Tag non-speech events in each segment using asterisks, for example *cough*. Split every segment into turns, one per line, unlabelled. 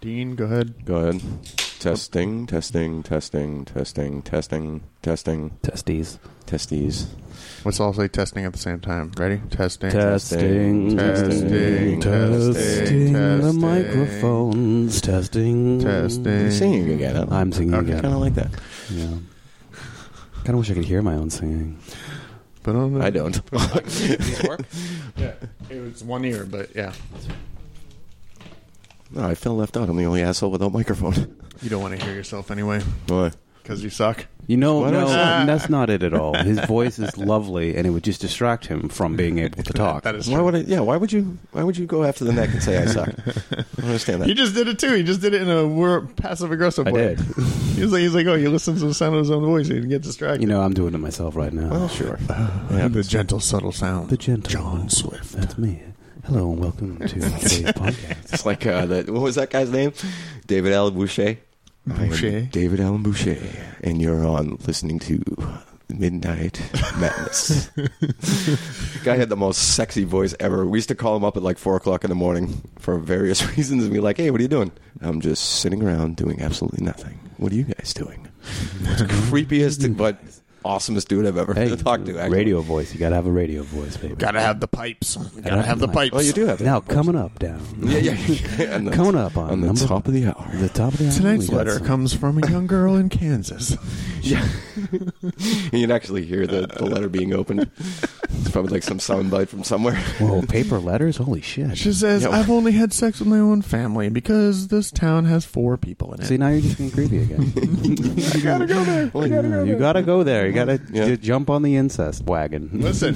Dean, go ahead.
Go ahead. Testing, testing, testing, testing, testing, testing,
Testes.
testes.
Let's all say testing at the same time. Ready? Testing. Testing,
Testing.
testing,
Testing the
testing.
microphones. Testing.
Testing.
You're singing again. huh?
I'm singing
Okay.
I kind of
again.
like that.
Yeah. Kind of wish I could hear my own singing.
But on the,
I don't. *laughs*
Yeah, it was one ear, but yeah,
no, I feel left out. I'm the only asshole without microphone.
you don't want to hear yourself anyway
Why?
because you suck.
You know,
Why do I
no,
suck?
*laughs* that's not it at all. His voice is lovely, and it would just distract him from being able to talk.
That is
Why
true.
would I? Yeah. Why would you? Why would you go after the neck and say I suck? I don't
*laughs*
understand
He
that.
just did it too. He just did it in a wor- passive aggressive
I
way.
did.
*laughs* He was like, he's like, oh, you listen to the sound of his own voice. He didn't get distracted. *sighs*
You know, I'm doing it myself right now.
Well, sure. Yeah.
the gentle, subtle sound.
the gentle
John Swift.
That's me. Hello and welcome
*laughs*
to today's podcast.
It's like uh, that. What was that guy's name? David Allen Boucher. I am
Boucher.
David Allen Boucher, and you're on listening to Midnight
*laughs*
Madness. guy had the most sexy voice ever. We used to call him up at like four o'clock in the morning for various *laughs* reasons, and be like, "Hey, what are you doing?" I'm just sitting around doing absolutely nothing. What are you guys doing? It's
*laughs*
creepiest but awesomest dude I've ever *laughs* talked to. Actually.
radio voice. You gotta have a radio voice, baby.
Gotta have the pipes. Gotta
have
have the
the
pipes.
Oh, you do have it.
now coming up down.
Yeah, yeah.
*laughs*
yeah. *laughs* And the-
Coming up on,
on the
number-
top of the hour.
the top of the hour,
Tonight's
we got
letter
some-
comes from a young girl in Kansas.
Yeah. you can actually hear the, the letter being opened. It's probably like some soundbite from somewhere.
*laughs* Whoa, paper letters! Holy shit!
She says,
Yo.
I've only had sex with my own family because this town has four people in it.
See, now you're just being
*laughs*
creepy again.
I gotta go
*laughs*
there. I gotta go
you
there.
gotta go there. You gotta
Yeah.
j- jump on the incest wagon.
Listen,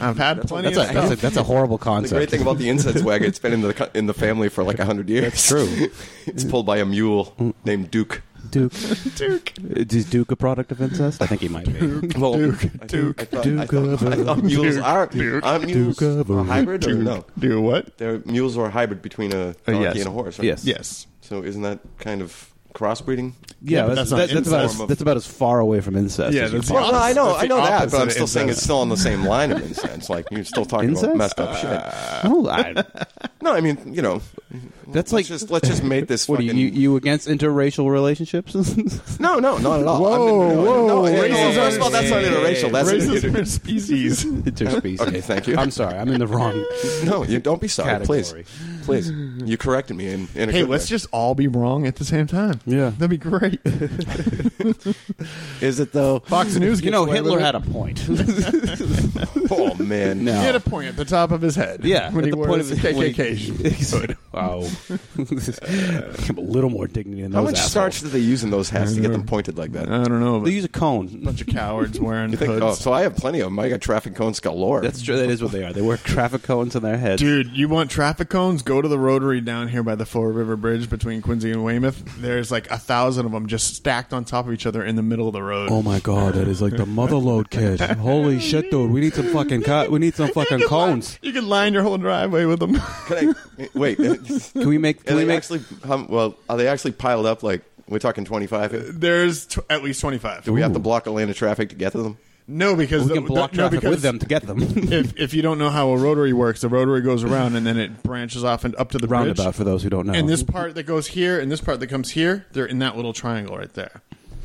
I've had plenty
that's,
of
a,
stuff.
*laughs* that's, a, that's a horrible
The
concept.
great thing about the incense wagon, it's been in the co- in the family for like hundred years. That's
true.
*laughs* it's pulled by a mule named Duke.
Duke,
*laughs* Duke.
is Duke a product of incest? I think
*laughs*
he might be.
Well,
Duke,
I think-
Duke,
I thought, I
Duke
thought,
of
I thought
a-
mules
Duke,
are
Duke,
are mules
Duke of a-
a hybrid or
Duke.
no?
Do what?
They're, mules are a hybrid between a donkey
yes.
and a horse. Right?
Yes.
Yes.
So isn't that kind of crossbreeding?
Yeah,
Yeah,
but that's
that's,
not
that's, that's about
incest.
as, that's about as far away from incest.
Yeah,
as you
that's
can-
the
Well, no, I know,
That's the
I know that,
opposite
but I'm
of
still saying
incest.
it's still on the same line of incense. Like you're still talking
Incest?
about messed up shit.
no,
*laughs*
I,
No, I mean, you know, let's
That's like-
just, let's just make this.
what are you,
fucking,
you you against interracial relationships? *laughs*
No, no, not at all.
Whoa,
I'm- no,
whoa,
no, no,
racism.
first of all, that's not interracial. That's
Racism
*laughs*
and
*laughs*
species.
Interspecies.
Okay, thank you.
I'm sorry, I'm in the wrong.
no, you don't be sorry,
Category.
please, please. You corrected me in, in a
Hey,
good
let's
way.
just all be wrong at the same time.
Yeah.
That'd be great.
Is it though?
Fox News gets
*laughs* You know,
away
Hitler
with it.
had a point. *laughs*
Oh
*laughs*
man,
No.
He had a point at the top of his head.
Yeah,
When
at
he
the
wore
point
his
of his- when *laughs*
KKK hood.
Wow, *laughs* a little more dignity than
how
those
much
assholes.
starch do they use in those hats to get them pointed like that?
I don't know. But
They
a
use a cone.
bunch of cowards
*laughs*
wearing
You think,
Uh, hoods.
oh, so I have plenty of them. I got traffic cones galore.
That's true. That is what they are. They wear traffic cones on their heads.
Dude, you want traffic cones? Go to the rotary down here by the Four River Bridge between Quincy and Weymouth. There's like a thousand of them just stacked on top of each other in the middle of the road.
Oh my god, that is like the motherload kid.
*laughs*
Holy shit, dude. We need some fucking co- we need some fucking
You could line-
cones.
you can line your whole driveway with them.
Can I *laughs* wait? Can
Can we make
are
can we
they
make
actually? How, well, are they actually piled up? Like we're talking twenty
*laughs*
five.
There's t- at least 25.
We have to block a lane of traffic to get to them.
no, because
we
the-
can block
the- no,
traffic
because
with them to
*laughs*
get them.
If, if you don't know how a rotary works, the rotary goes around and then it branches off and up to the
*laughs* Roundabout
bridge.
for those who don't know.
And this part that goes here and this part that comes here, they're in that little triangle right there.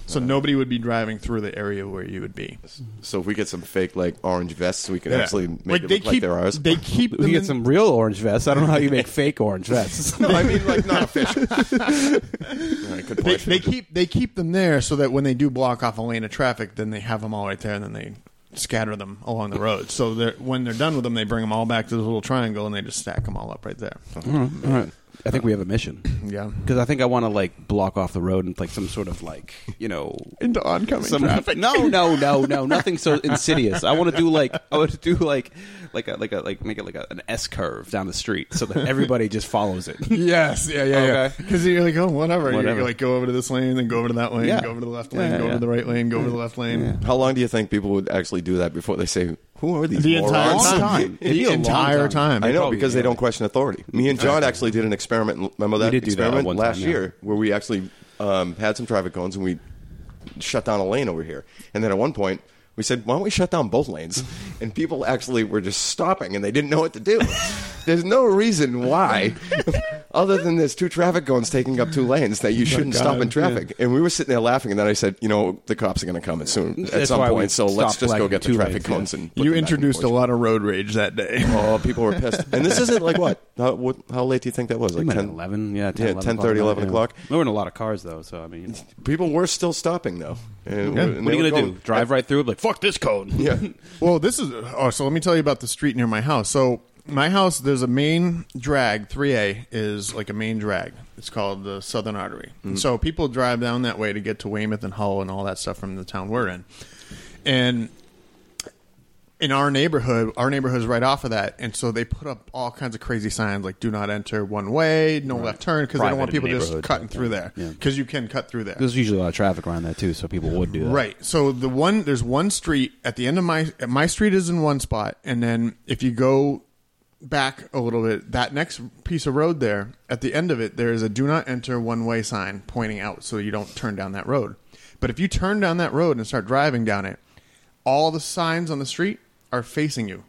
So nobody would be driving through the area where you would be.
So if we get some fake like orange vests, we can
Yeah.
actually make
Like,
it
they
look like
keep-
they're ours.
They keep
*laughs*
them
we
in-
get some real orange vests. I don't know how you make fake
*laughs*
orange vests.
No, *laughs* I mean like not *laughs* official. Alright, good
they,
point.
they keep they keep them there so that when they do block off a lane of traffic, then they have them all right there, and then they scatter them along the road. So they're, when they're done with them, they bring them all back to the little triangle and they just stack them all up right there.
Uh-huh.
Mm-hmm.
All right. I think we have a mission.
Yeah,
Because I think I want to like block off the road and like some sort of like
*laughs*
you know
into oncoming
some *laughs* no no no no nothing so insidious. I want to do like I want to do like like a like a like make it like a, an S curve down the street so that everybody just follows *laughs* it.
Yes, yeah, yeah, yeah.
Okay.
Because you're like, oh, whatever.
Whatever.
You're like, go over to this lane, then go over to that lane,
Yeah.
go over to the left
Yeah,
lane,
yeah,
go over
yeah.
to the right lane, go over to the left lane.
How long do you think people would actually do that before they say, "Who are these
The entire
morons?"
time.
It'd
The
be a long
entire time.
I know
Probably,
because
yeah.
they don't question authority. Me and John actually did an experiment. Remember that
did do that
experiment
one time,
last
yeah.
year where we actually um, had some traffic cones and we shut down a lane over here. And then at one point we said, "Why don't we shut down both lanes?" *laughs* And people
*laughs*
actually were just stopping and they didn't know what to do. There's no reason why, *laughs* Other than there's two traffic cones taking up two lanes that you shouldn't stop
God,
in traffic. And we were sitting there laughing, and then I said, you know, the cops are going to come at soon at
That's
some
why we
point, so let's
stopped
just go
flagging
get the
two
traffic
lanes,
cones and put
you
them back in
introduced a
place.
lot of road rage that day.
Oh, people were pissed. And this isn't like what? How, what, how late do you think that was? Like
might have
10,
been 11, yeah, 10,
yeah, 10 30, 11 o'clock.
There were in a lot of cars, though, so I mean, you know.
People were still stopping, though. And- and
what
they
are you
were
going to do? Drive
*laughs*
right through it? Like, fuck this cone.
Yeah.
Well, this is oh, so let me tell you about the street near my house. So my house, there's a main drag. Three A is like a main drag. It's called the Southern Artery.
Mm.
And so people drive down that way to get to Weymouth and Hull and all that stuff from the town we're in. And in our neighborhood, our neighborhood's right off of that, and so they put up all kinds of crazy signs like "Do not enter one way," "No left turn," because they don't want
Private
people just
neighborhood.
cutting through there.
Yeah.
Because you can cut through there.
There's usually a lot of traffic around that, too, so people would do that.
Right. So the one there's one street at the end of my my street is in one spot, and then if you go back a little bit, that next piece of road there at the end of it, there is a do not enter one way sign pointing out so you don't turn down that road. But if you turn down that road and start driving down it, all the signs on the street are facing you.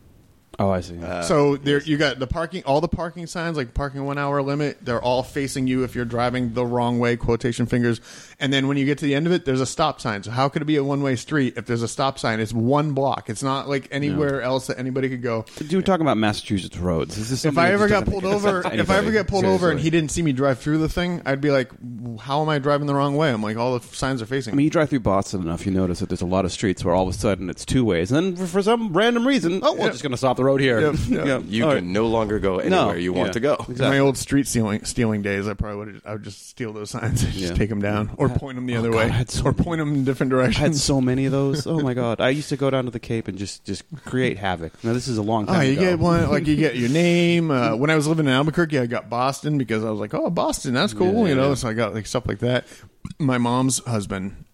Oh, I see.
so there you got the parking all the parking signs like parking 1 hour limit they're all facing you if you're driving the wrong way quotation fingers and then when you get to the end of it there's a stop sign so how could it be a one way street if there's a stop sign it's one block it's not like anywhere else that anybody could go
Dude, we're talking about Massachusetts roads. This is
if
something
I
that
ever
just
got
doesn't
pulled
make any
over,
sense to
if I ever
anybody.
get pulled over and
Seriously.
he didn't see me drive through the thing, I'd be like, "How am I driving the wrong way?" I'm like, "All the signs are facing."
I mean, you drive through Boston enough, you notice that there's a lot of streets where all of a sudden it's two ways, and then for- for some random reason, oh, we're just going to stop the road here. *laughs*
yeah.
You
All
can
right.
no longer go anywhere you want
yeah.
to go.
In my old street stealing stealing days, I probably would I would just steal those signs, and just
Yeah. Oh,
take them down, or point them the other
God, I
way,
had so
or
many.
point them in different
I had
directions.
so many of those. Oh my god! I used to go down to the Cape and just just create havoc. Now this is a long time.
Oh, you
ago.
get one like you get
*laughs*
your name. Uh, when I was living in Albuquerque, I got Boston because I was like, "Oh, Boston, that's cool,"
Yeah,
you know.
yeah.
So I got like stuff like that. My mom's husband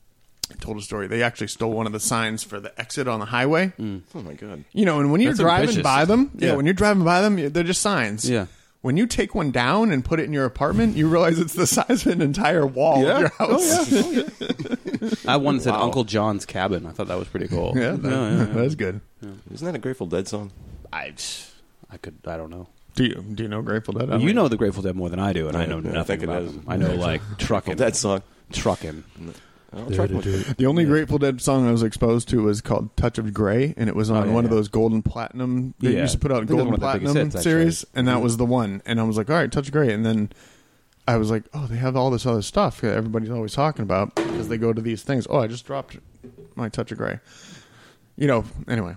told a story. They actually stole one of the signs for the exit on the highway.
*laughs* Oh, my God.
You know, and when you're
Hmm. That's
driving
ambitious.
by them, yeah.
Yeah.
when you're driving by them, they're just signs.
Yeah.
When you take one down and put it in your apartment, you realize it's the *laughs* size of an entire wall
Yeah.
of your
Oh,
house. *laughs*
I once said Uncle John's cabin. I thought that was pretty cool.
Yeah, that- that's good.
Isn't that a Grateful Dead song?
I, I could. I don't know.
Do you do you know Grateful Dead? I
you
mean-
know the Grateful Dead more than I do, and I know
Yeah, I
nothing
think it
about
is.
them. I know like trucking,
That song.
trucking.
I'll try to-
The only Grateful Dead song I was exposed to was called "Touch of Grey," and it was on
Oh, yeah,
one of
yeah.
those Golden Platinum. They
Yeah.
used to put
I
out
think they're
Golden
one of the biggest
Platinum
hits, actually. Mm-hmm.
series, and that was the one. And I was like, "All right, Touch of Grey," and then I was like, "Oh, they have all this other stuff that everybody's always talking about because they go to these things." Oh, I just dropped my Touch of Grey. You know. Anyway,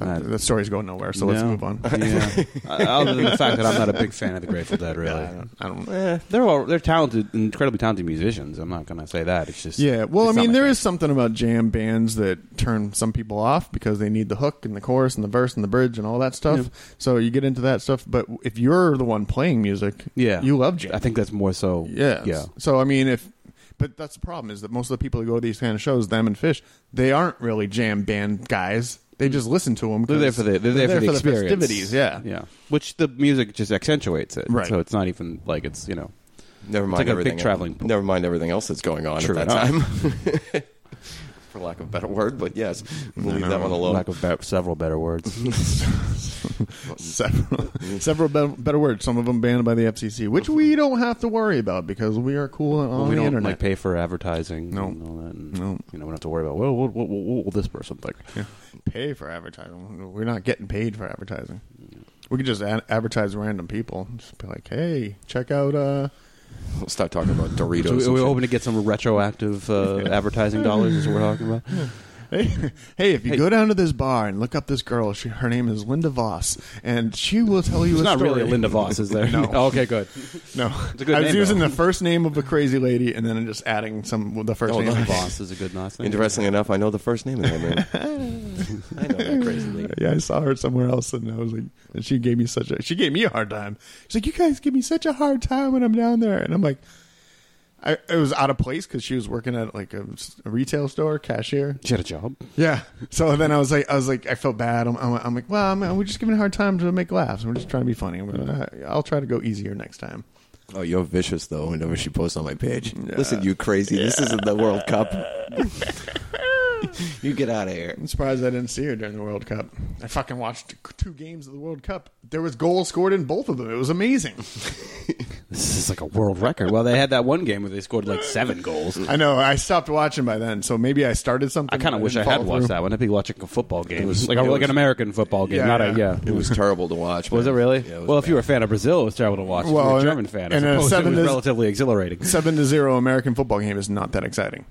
Uh,
that, that story's going nowhere, so let's
No.
move on. *laughs*
Yeah. Uh, Other than the fact that I'm not a big fan of the Grateful Dead, *laughs* really.
I don't.
Eh,
They're all they're talented, incredibly talented musicians. I'm not gonna say that. It's just
Yeah, well, I
it's not
mean,
my
there
thing.
is something about jam bands that turn some people off because they need the hook and the chorus and the verse and the bridge and all that stuff. So you get into that stuff, but if you're the one playing music,
yeah.
you love jam.
I think that's more so.
yeah,
yeah.
So I mean, if but that's the problem is that most of the people who go to these kind of shows, them and Fish, they aren't really jam band guys. They just listen to them.
They're there for the they're, there, for, the, experience.
festivities. Yeah,
yeah. Which the music just accentuates it.
Right.
So it's not even like it's you know.
Never mind
like a big
everything.
traveling pool.
Never mind everything else that's going on
True
at that time. *laughs* For lack of a better word, but yes, we'll leave that one alone.
Lack of be- several
*laughs*
better words.
*laughs* several several be- better words. Some of them banned by the FCC, which we don't have to worry about because we are cool on
Well, we
the
don't
internet.
like pay for advertising
No.
and all that. And,
No.
You know, we don't have to worry about well, what, what, what, what will this person think?
pay for advertising. We're not getting paid for advertising. We could just ad- advertise random people. Just be like, hey, check out. Uh,
We'll start talking about Doritos.
So we,
and
we're
shit.
hoping to get some retroactive
*laughs*
uh, advertising dollars. Is what we're talking about.
hey, *laughs* hey, if you
Hey.
go down to this bar and look up this girl, she, her name is Linda Voss, and she will tell you.
It's
a
not
story.
really Linda Voss, is there?
*laughs* No.
*laughs* okay, good.
No,
a good
I was
name,
using
though.
the first name of a crazy lady, and then I'm just adding some the first
Oh,
name.
nice.
of Voss.
Voss is a good last name.
Interestingly enough, I know the first name of that man. I know that crazy lady.
*laughs* Yeah, I saw her somewhere else, and I was like, and she gave me such a she gave me a hard time. She's like, you guys give me such a hard time when I'm down there, and I'm like, I it was out of place because she was working at like a, s- a retail store cashier.
She had a job.
Yeah. So then I was like, I was like, I felt bad. I'm, I'm, I'm like, well, I'm, we're just giving a hard time to make laughs. We're just trying to be funny. I'm gonna- I'll try to go easier next time.
Oh, you're vicious though. Whenever she posts on my page, listen, you crazy. This isn't the World Cup. you get out of here.
I'm surprised I didn't see her during the World Cup. I fucking watched two games of the World Cup. There was goals scored in both of them. It was amazing.
this is like a world record. Well, they had that one game where they scored like seven goals.
I know. I stopped watching by then, so maybe I started something.
I kind of
but
wish I
didn't
had
follow
watched
through.
that one. I'd be watching a football game,
was-
like a,
it
like
was-
an American football game,
Yeah,
not a
yeah.
yeah.
It was terrible to watch.
Was it
man.
really?
Yeah, it was
well, if you
bad.
were a fan of Brazil, it was terrible to watch. if you
Well,
were a
and-
German fan, I
and a
suppose it
seven
was
is- *laughs*
relatively exhilarating.
Seven to zero American football game is not that exciting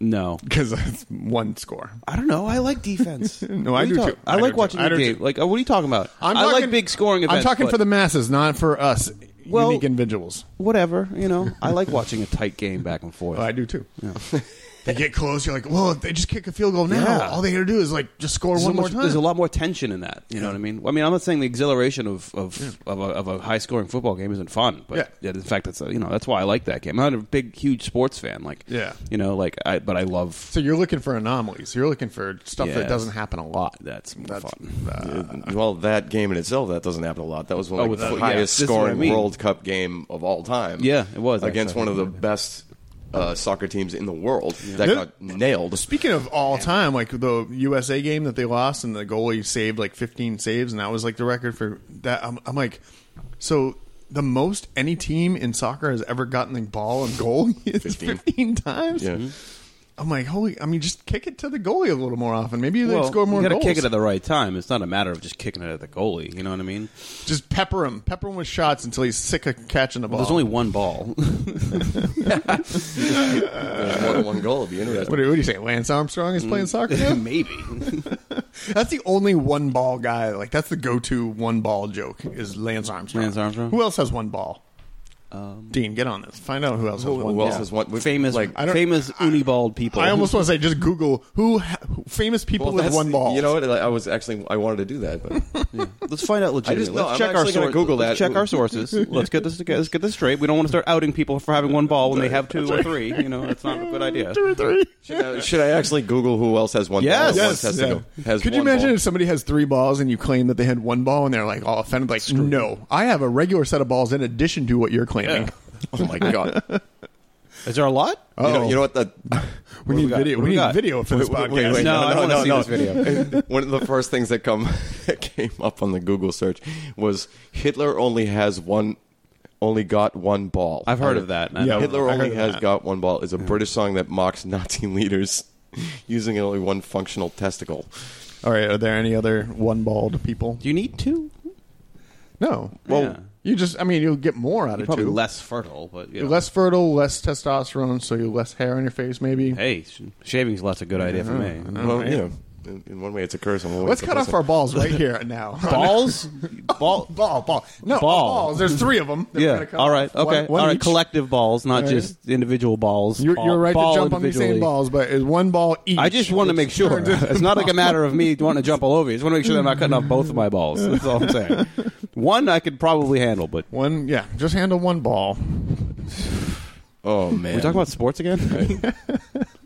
No,
because it's one score.
I don't know. I like defense.
*laughs* No,
What
I
are you
do
talk-
too.
I,
I
like
do
watching
too. I
the
do
game.
too.
Like, uh, what are you talking about?
I'm
I like
talking-
big scoring events.
I'm talking
but
for the masses, not for us
Well-
unique individuals.
whatever. You know, I like watching a tight game back and
*laughs*
forth.
Well, I do too. they get close. You're like, well, if they just kick a field goal now,
Yeah.
all they got to do is like just score
There's,
one
so
more
much-
time.
there's a lot more tension in that. You know what I mean? I mean, I'm not saying the exhilaration of of, of, a, of a high scoring football game isn't fun, but
Yeah.
in fact, that's a, you know that's why I like that game. I'm not a big, huge sports fan. Like,
Yeah.
you know, like I but I love
So you're looking for anomalies. You're looking for stuff that
Yes.
doesn't happen a lot.
that's more
That's
fun.
Uh, well, that game in itself, that doesn't happen a lot. That was one
Oh,
of
with
the
the- yeah,
highest
this is what I
scoring
mean.
World Cup game of all time.
Yeah, it was,
against
actually.
one of the best uh, soccer teams in the world that
Th-
got nailed.
Speaking of all time, like the USA game that they lost, and the goalie saved like 15 saves, and that was like the record for that. I'm, I'm like, so the most any team in soccer has ever gotten the ball and goal *laughs* is 15,
15.
times.
Yeah.
I'm like, holy! I mean, just kick it to the goalie a little more often. Maybe they
Well,
score more
you gotta
goals.
kick it at the right time. It's not a matter of just kicking it at the goalie. You know what I mean?
just pepper him, pepper him with shots until he's sick of catching the ball.
There's only
*laughs*
one ball.
There's more than one goal. It'd be interesting.
what, do you, what do you say? Lance Armstrong is
Mm.
playing soccer.
*laughs*
now? *laughs*
Maybe.
That's the only one ball guy. Like that's the go-to one ball joke is Lance Armstrong.
Lance Armstrong? Um,
Who else has one ball? Dean, get on this. Find out who else has one
Who else
ball.
is one? we-
famous
Like,
don't-
famous unibald people.
I almost want to say just Google who ha- who- famous people
well,
with
that's-
one ball.
You know what? I was actually I wanted to do that, but
Let's find out legitimately.
I just- no,
let's
I'm
check our
actually gonna
sources.
Google
Let's
that.
check our sources.
*laughs*
let's get this let's get this straight. We don't want to start outing people for having one ball when they have two or three. You know, that's not a good idea.
two or three.
Uh, *laughs* should I actually Google who else has one ball?
Yes.
and one
Yes.
testicle?
yeah.
Has
Could you
one
imagine
ball?
if somebody has three balls and you claim that they had one ball and they're like all offended? Like, no, I have a regular set of balls in addition to what you're claiming.
*laughs* Oh
*laughs*
my god! you,
Is there a lot?
know,
Oh.
you know what? The
We need
got?
video. We
What do we
need
got?
video for *laughs* this
Wait,
podcast.
wait, wait,
No, I don't wanna see
this video. *laughs* One of the first things that come *laughs* that came up on the Google search was Hitler only has one, only got one ball.
I've heard of that. and I
Uh, Yeah,
don't-
Hitler
I heard
only
of
has
that.
got one ball is a British song that mocks Nazi *laughs* leaders using only one functional testicle.
All right. Are there any other one-balled people?
Do you need two?
No.
Well,
You just, I mean, you'll get more out of
probably
two.
less fertile, but you
You're
know.
less fertile, less testosterone, so you have less hair on your face, maybe.
Hey, sh- shaving's less a good idea for me.
Oh,
well, you know, in, in one way it's a curse. In one way
Let's
it's a
cut off
blessing.
our balls right here *laughs* and now. *laughs*
Balls, ball.
ball, ball. No,
Ball.
balls. There's three of them. that we're
Yeah.
gonna cut
All right.
off. One-
Okay.
one
All right.
each.
Collective balls, not
All right.
just individual balls.
You're,
Ball-
you're right
ball
to jump on the same
individually.
balls, but it's one ball each.
I just want to
It's
make sure.
turned into-
*laughs* It's not like a matter of me wanting to jump all over you. I just want to make sure that I'm not cutting off both of my balls. That's all
*laughs*
I'm saying. One I could probably handle, but
one, yeah. Just handle one ball.
Oh man,
we talking about sports again?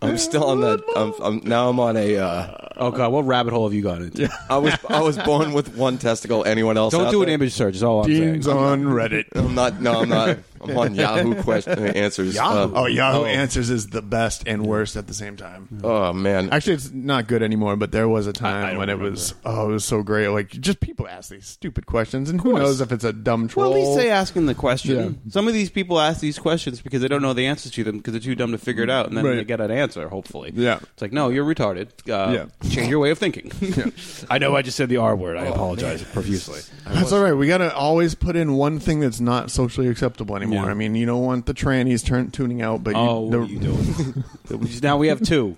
I'm still on that. I'm, I'm now. I'm on a. Uh,
oh god, what rabbit hole have you gone into?
I was I was born with one testicle. Anyone else?
Don't
out
do an
there?
image search. Is all I'm saying.
Dean's on Reddit.
I'm not. No, I'm not. I'm on Yahoo question answers.
Yahoo.
Uh,
oh, Yahoo Answers is the best and worst at the same time.
oh man.
Actually, it's not good anymore. But there was a
I
time
don't
when it was oh, it was so great. Like just people ask these stupid questions, and who
course.
knows if it's a dumb
Well,
troll?
at least they asking the question.
Yeah.
Some of these people ask these questions because they don't know the answers to them because they're too dumb to figure it out, and then
Right.
they get an answer. Hopefully,
Yeah.
It's like, no, you're retarded. Uh,
Yeah.
change your way
*laughs*
of thinking. Oh, I know I just said the R word. I apologize profusely.
that's all right. We gotta always put in one thing that's not socially acceptable anymore.
Yeah.
I mean, you don't want the trannies turn tuning out, but
Oh,
you, the,
what are you doing? *laughs* now we have two.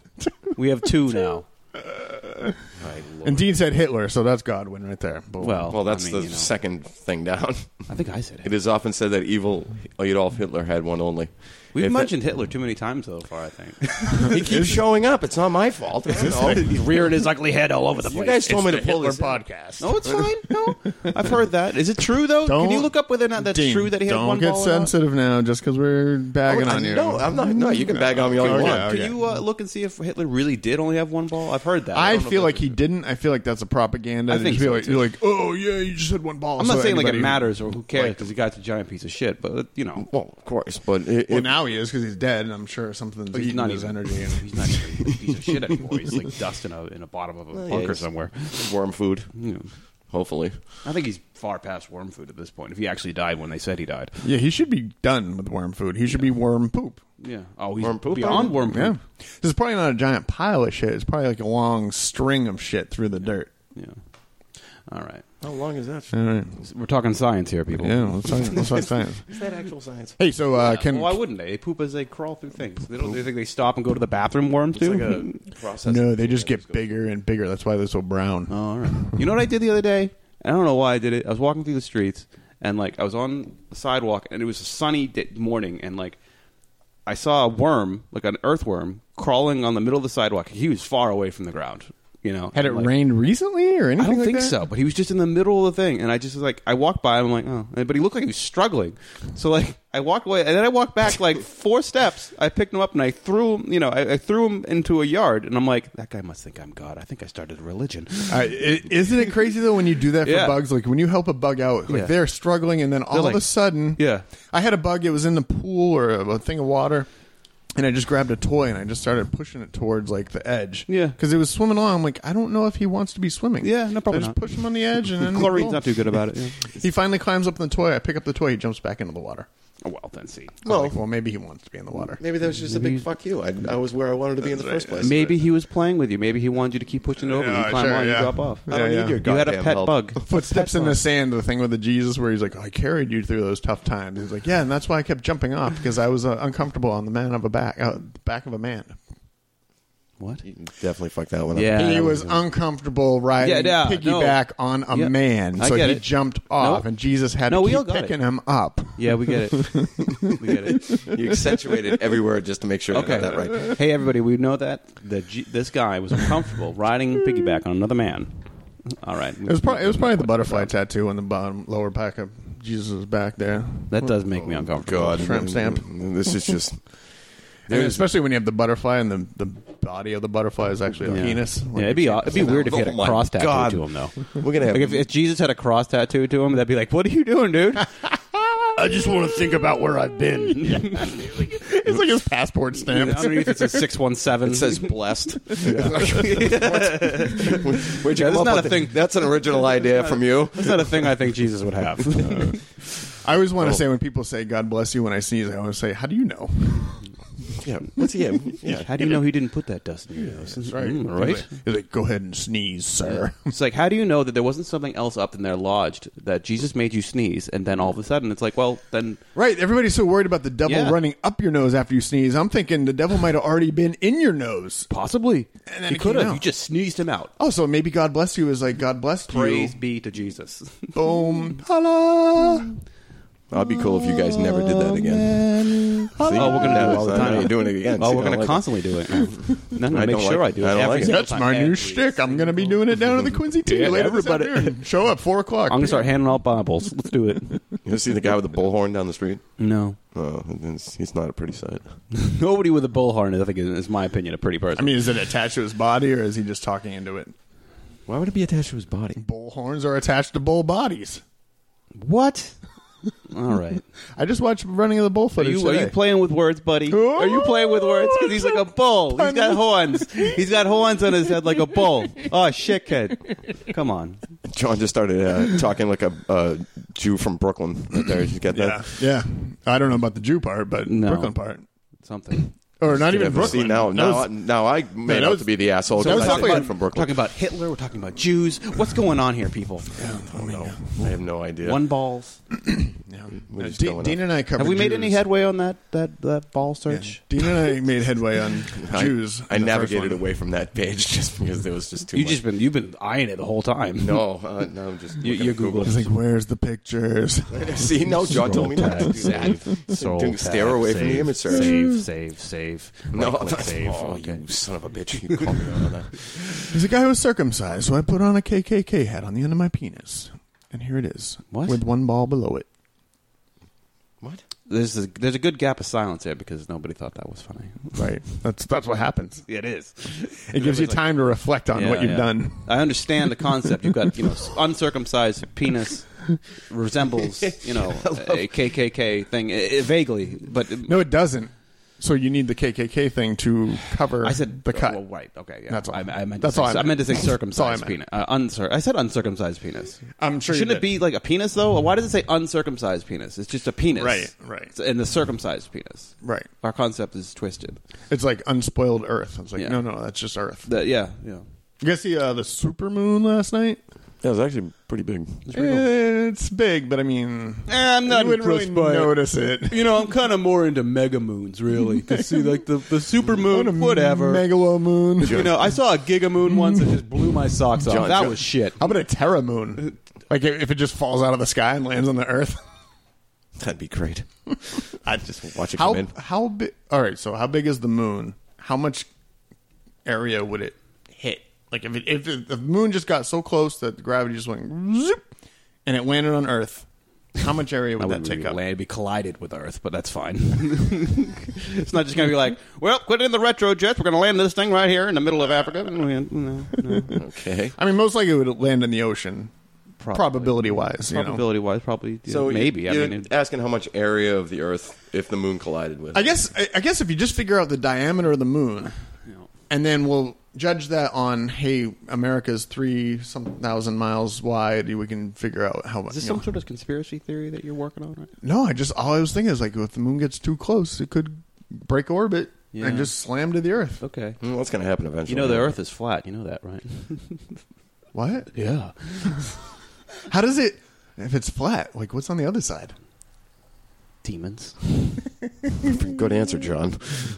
We have two now.
and Dean said Hitler, so that's Godwin right there. But
Well,
well, that's
I mean,
the
you know.
second thing down. *laughs*
I think I said
It
it.
is often said that evil Adolf Hitler had one only.
We've
If
mentioned Hitler too many times so far. I think *laughs*
it, he keeps showing up. It's not my fault. I don't know.
he's rearing his ugly head all over the
You
place.
guys told me to pull
Hitler
this.
podcast.
no, it's fine. No, I've heard that. Is it true though? Can you
Don't-
look up whether or not that's
Dean,
true that Oh, he had
don't
one
get
ball? or not?
sensitive now just because we're bagging
Oh, I-
on you. Oh,
No, I'm not. No, you can bag on me all you
Okay,
want.
okay.
Can you uh, look and see if Hitler really did only have one ball? I've heard that.
I,
don't know if
feel
that's
like he didn't. I feel like that's a propaganda.
I
They
think
just feel
so,
like,
too.
you're like, oh yeah, you just had one ball.
I'm not
So
saying like it
anybody-
matters or who cares because the guy's a giant piece of shit. But uh, you know,
Well, of course, but it,
Well,
it-
now he is because he's dead, and I'm sure something's
he's
eating
not
his
even,
energy. And
He's not *laughs* even a piece of shit anymore. He's like dust in a in a bottom of a
yeah,
bunker
he's-
somewhere.
worm food.
You know.
Hopefully,
I think he's far past worm food at this point. If he actually died when they said he died,
Yeah, he should be done with worm food. He should be worm poop.
yeah. Oh, he's
Worm poop,
beyond
huh?
worm
Yeah.
poop.
This is probably not a giant pile of shit. It's probably like a long string of shit through the dirt.
Yeah. All right.
how long is that?
All right.
We're talking science here, people.
Yeah, let's talk, let's
*laughs*
talk science.
Is that actual science?
Hey, so uh, can
Why wouldn't they? They poop as they crawl through things. They don't. They think they stop and go to the bathroom. Worms do. *laughs*
process.
no? They just get bigger and bigger. That's why they're so brown.
Oh, all right. You know what I did the other day? I don't know why I did it. I was walking through the streets and like I was on the sidewalk and it was a sunny di- morning and like I saw a worm, like an earthworm, crawling on the middle of the sidewalk. He was far away from the ground. You know,
Had it
And, like,
rained recently or anything?
I don't
like
think
that?
so, but he was just in the middle of the thing, and I just was like, I walked by, him, I'm like, oh, And- but he looked like he was struggling. So like, I walked away, and then I walked back like four steps. I picked him up and I threw him, you know, I, I threw him into a yard, and I'm like, that guy must think I'm God. I think I started a religion. *laughs*
All right, i- isn't it crazy though when you do that for
Yeah.
bugs? Like when you help a bug out, like
Yeah.
they're struggling, and then all
like-
of a sudden,
Yeah.
I had a bug. It was in the pool or a, a thing of water, and I just grabbed a toy and I just started pushing it towards like the edge.
Yeah.
because it was swimming along. I'm like, I don't know if he wants to be swimming.
Yeah, no,
So
probably
I just
not.
push him on the edge,
*laughs*
and then
Chlorine's
boom.
not too good about it. Yeah.
He finally climbs up on the toy. I pick up the toy. He jumps back into the water.
Oh, well, then see.
I'm
Well-
like, well, maybe he wants to be in the water.
Maybe that was just a big fuck you. I, I was where I wanted to be in the first place.
Maybe he was playing with you. Maybe he wanted you to keep pushing it over.
Yeah,
you climb
sure,
on,
yeah.
you drop off.
I don't Yeah, need yeah. your
You had a
goddamn
pet
help.
bug.
Footsteps in the sand, the thing with the Jesus where he's like, I carried you through those tough times. He's like, yeah, and that's why I kept jumping off because I was uh, uncomfortable on the man of a back, uh, the back of a man.
What?
Definitely fuck that one up.
Yeah.
he was uncomfortable riding
Yeah, yeah, no.
piggyback on a
Yeah.
man,
I
so
get
he
it.
jumped off,
Nope.
and Jesus had
No,
to
we
keep
all got
picking
it.
him up.
Yeah, we get
*laughs*
it. we get it.
You accentuated every word just to make sure I
Okay.
got that right.
Hey, everybody, we know that the G- this guy was uncomfortable riding piggyback on another man. All right.
It was probably, it was probably the butterfly tattoo on the bottom lower back of Jesus' back there.
That does make me uncomfortable.
Tramp stamp.
This is just.
And especially when you have the butterfly and the, the body of the butterfly is actually
Yeah.
a penis. Like,
yeah, it'd be
you
aw-
can't-
it'd be weird if he had
Oh
a
my
cross tattoo
God.
to him though.
We're gonna have.
Like if, if Jesus had a cross tattoo to him, that'd be like, "What are you
*laughs*
doing, dude?"
I just want to think about where I've
*laughs*
been. it's like his passport stamp.
Underneath it's a six one seven.
it says
*laughs*
blessed.
That's
*laughs* Where'd you
Yeah,
come
that's
up
not
with
a
that?
thing.
That's an original idea from you.
not a thing I think Jesus would have.
I always
Oh.
want to say when people say "God bless you" when I sneeze, I always say, "How do you know?" *laughs*
Yeah. *laughs* What's he? Yeah.
How do you know he didn't put that dust in your nose? That's
Right?
Mm, right?
He's like, "Go ahead and sneeze, sir."
It's like, how do you know that there wasn't something else up in there lodged that Jesus made you sneeze, and then all of a sudden it's like, well, then
Right, everybody's so worried about the devil
Yeah.
running up your nose after you sneeze. I'm thinking the devil might have already been in your nose.
possibly
And then
you
it came
could have.
out.
You just sneezed him out.
Oh, so maybe God bless you is like God bless
Praise
you.
be to Jesus.
*laughs*
*laughs*
Boom, holla,
I'd be cool if you guys never did that again.
holla.
Oh, we're gonna do it all the time.
You're doing it again.
Oh,
See,
we're
I
gonna
don't like
constantly
*laughs*
do it. No, no,
I
make
don't
sure
like-
I do it.
I don't
every
like it.
single
That's
time.
my new
Every
shtick. I'm gonna be doing it down at the Quincy T
Yeah,
later
everybody-
this
*laughs*
afternoon. Show up four o'clock.
I'm gonna start handing out Bibles. Let's
*laughs*
do it.
it. You see the guy with the bullhorn down the street?
No,
Oh, it's- he's not a pretty sight.
nobody with a bullhorn is, I think, is, is my opinion, a pretty person.
I mean, is it attached to his body or is he just talking into it?
Why would it be attached to his body?
Bull horns are attached to bull bodies.
what? *laughs* All right.
I just watched running of the bull
Are
footage.
you, are you
today.
playing with words, buddy? Are you playing with words? Because he's like a bull. He's got horns. He's got horns on his head like a bull. Oh, shithead. Come on.
John just started uh, talking like a uh, Jew from Brooklyn. Right there, you get
Yeah,
that?
yeah. I don't know about the Jew part, but
No.
Brooklyn part,
Something.
or not
Yeah,
even
but
Brooklyn.
See, now,
That
now,
was-
I, now I made
that
out
was-
to be the asshole.
that was
because I
talking
said
about-
from
We're
Brooklyn.
talking about Hitler. We're talking about Jews. What's going on here, people?
no, I have no idea.
One balls.
Yeah.
We're
Uh,
just
Dean,
going
Dean
up.
and I covered.
Have we made any
Jews.
headway on that that that ball search?
Dean and I made headway *laughs* on
I-
Jews.
I,
in the
navigated
first one.
away from that page *laughs* just because there was just too
You
much.
just been you've been eyeing it the whole time.
no, uh, no, I'm just
*laughs* You-
looking
you
at Google.
I was like, "Where's the pictures?"
*laughs* See, no, John told me not to do that.
Scroll
Don't
tab,
stare away from the
save,
image search. Mm.
Save, save, save.
No,
Right-click, save.
oh,
Okay.
you son of a bitch! You called me out
*laughs*
on that.
He's a guy who was circumcised, so I put on a KKK hat on the end of my penis, and here it is,
What?
with one ball below it.
What?
There's a, there's a good gap of silence there because nobody thought that was funny. *laughs*
Right. That's that's what happens.
It is.
It gives you time to reflect on what
Yeah,
you've
yeah.
done.
I understand the concept. You've got you know uncircumcised penis
*laughs*
resembles you know a KKK thing eh, eh, vaguely, but
No, it doesn't. So you need the KKK thing to cover.
I said Oh,
the cut.
Well, right. Okay. Yeah.
That's all.
I, I meant.
That's
to
all
say,
I meant.
to say
That's all I
circumcised
meant.
penis. Uh, uncir- I said uncircumcised penis.
I'm sure you
Shouldn't
did.
it be like a penis though? Why does it say uncircumcised penis? It's just a penis.
Right, right.
It's- And the circumcised penis.
Right.
Our concept is twisted.
It's like unspoiled Earth. It's like
Yeah.
no, no, that's just Earth.
That yeah yeah.
you guys see uh, the super moon last night?
That was actually pretty big.
It's big, but I mean,
Eh, I'm not
Eh, you wouldn't really
impressed by it.
notice
*laughs*
it.
You know, I'm kind of more into mega moons, *laughs* really. To see like the the super
What a
moon, whatever.
Megalo moon.
you know, I saw a giga *laughs* moon once and just blew my socks off.
John,
that
John-
was *laughs* shit.
How about a Terra moon?
uh,
Like if if it just falls out of the sky and lands on the Earth.
*laughs*
That'd be great.
I just
watch it
how,
come in.
How big? All right. So how big is the moon? How much area would it hit? Like if it, if, it, the moon just got so close that the gravity just went zoop, and it landed on Earth, how much
*laughs*
area would that
wouldn't
take
be
up?
land be collided with Earth, but that's fine. it's not just going to be like, well, put it in the retro jets. We're going to land this thing right here in the middle of Africa. No, no, *laughs* no.
Okay.
I mean, most likely it would land in the ocean,
Probably.
probability wise. You know?
Probability wise, probably. yeah, maybe. I
you're
mean, it-
asking how much area of the Earth if the moon collided with.
I guess I, I guess if you just figure out the diameter of the moon, and then we'll judge that on hey, America's three some thousand miles wide. We can figure out how much.
is this
you know.
some sort of conspiracy theory that you're working on? Right?
No, I just all I was thinking is like if the moon gets too close, it could break orbit
Yeah.
and just slam to the earth.
Okay.
Mm, that's going to happen eventually.
You know the Earth is flat. You know that, right?
What?
yeah.
How does it if it's flat? Like what's on the other side?
*laughs* Demons.
*laughs* Good answer, John.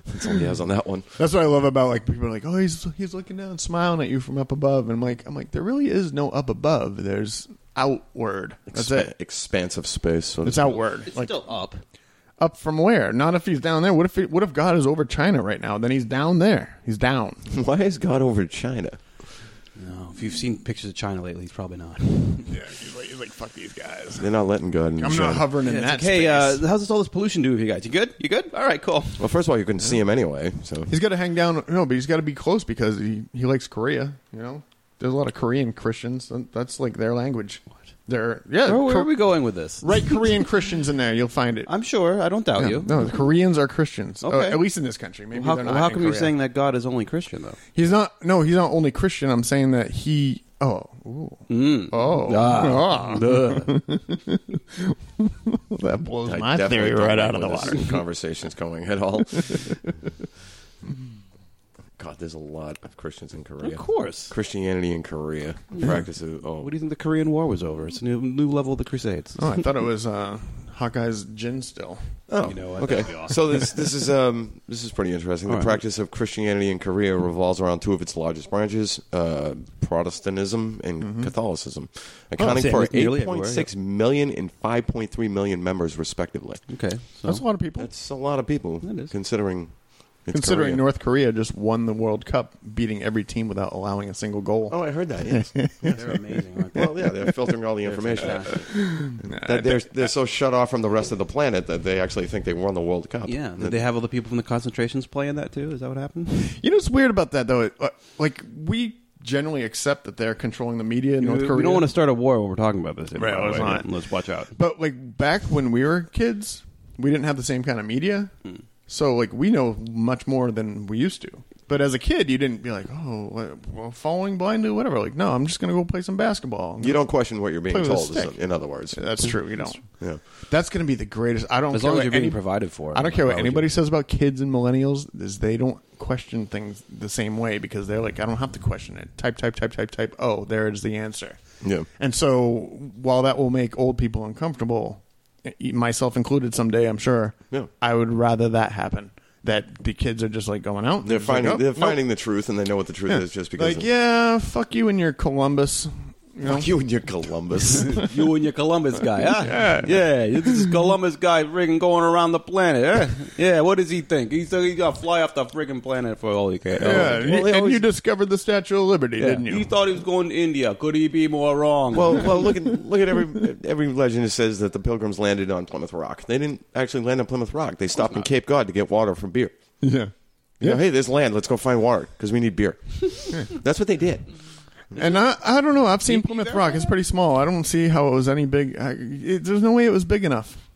That's all he has on that one.
That's what I love about like people are like, "Oh, he's he's looking down smiling at you from up above." And I'm like, I'm like, there really is no up above. There's outward. That's
Expa-
it.
Expansive space. So
It's outward.
It's
like
still up.
up from where? Not if he's down there. What if he, what if God is over China right now? Then he's down there. He's down.
*laughs* Why is God over China?
No, if you've seen pictures of China lately, it's probably not.
Yeah, he's like, he's like fuck these guys.
They're not letting God in
I'm
China.
not hovering in
Yeah,
that
it's like, hey, uh,
space.
how's this all this pollution do with you guys? You good? You good? All right, cool.
well, first of all, you couldn't see him anyway. So *laughs*
He's got to hang down. No, but he's got to be close because he, he likes Korea. You know, there's a lot of Korean Christians. and That's like their language. They're yeah.
Oh, Where, where
Ko-
are we going with this?
Right, Korean Christians in there. You'll find it.
I'm sure. I don't doubt
Yeah,
you.
No, the Koreans are Christians.
Okay.
Uh, at least in this country. Maybe
How,
they're not.
how
in
come you're
Korea.
saying that God is only Christian though?
he's not? No, he's not only Christian. I'm saying that he. Oh, ooh.
Mm.
oh, Ah. that blows *laughs*
I
my
definitely
theory
don't
right
like
out of the
where this
water. *laughs*
Conversation's going at all. God, there's a lot of Christians in Korea.
Of course.
Christianity in Korea practices. Oh,
What do you think the Korean War was over? It's a new, new level of the Crusades.
Oh, I thought it was uh, Hawkeye's gin still.
Oh,
You know what?
okay.
That'd be awesome.
So this this is um this is pretty interesting. the
All right.
practice of Christianity in Korea revolves around two of its largest branches: uh, Protestantism and Catholicism, accounting
it's-
for
it's nearly
eight
everywhere,
point
yeah.
six million and five point three million members, respectively.
Okay. So.
That's a lot of people.
That's a lot of people,
That is.
considering it's
Considering
Korea.
North Korea just won the World Cup, beating every team without allowing a single goal.
Oh, I heard that. *laughs* Yes.
They're amazing. aren't they? *laughs*
well, yeah, they're filtering all the information. out.
Nah,
that they're they're so shut off from the rest of the planet that they actually think they won the World Cup.
yeah. Did they have all the people from the concentrations playing that too? Is that what happened?
you know what's weird about that though? It, uh, like we generally accept that they're controlling the media in North
we,
Korea.
we don't want to start a war when we're talking about this.
Right,
by the
let's
way.
not.
Let's watch out.
But like back when we were kids, we didn't have the same kind of media,
Hmm.
so like we know much more than we used to. But as a kid, you didn't be like, oh, what- well, following blindly, whatever. Like, no, I'm just gonna go play some basketball.
You don't question what you're being
Play with a
told. is-
stick.
In other words,
That's true. You don't.
yeah.
That's gonna be the greatest. I don't.
As
care
long
what
as you're being
any-
provided for.
I don't care
Why
what
would
anybody
you-
says about kids and millennials is they don't question things the same way because they're like, I don't have to question it. Type, type, type, type, type. Oh, there is the answer.
Yeah.
And so while that will make old people uncomfortable, e- myself included someday, I'm sure,
Yeah.
I would rather that happen. That the kids are just like going out. and
They're
just like,
finding
"Oh,
they're
nope."
finding the truth, and they know what the truth is just because.
like,
of-
yeah, fuck you and your Columbus. You know?
Fuck you and your Columbus.
You and your Columbus guy, huh? Yeah, you- this is Columbus guy friggin' going around the planet. eh? Yeah, what does he think? He's, he's gonna fly off the friggin' planet for all he cares.
Yeah, and,
Oh, Well, they
you- and
always-
you discovered the Statue of Liberty, didn't you?
He thought he was going to India. Could he be more wrong?
*laughs* well, well, look at look at every every legend that says that the Pilgrims landed on Plymouth Rock. They didn't actually land on Plymouth Rock. They stopped in Cape God to get water from beer.
yeah,
You know, hey, there's land. Let's go find water because we need *laughs* beer. That's what they did.
And I, I don't know. I've seen
you
Plymouth
there?
Rock. It's pretty small. I don't see how it was any big. I, it, there's no way it was big enough.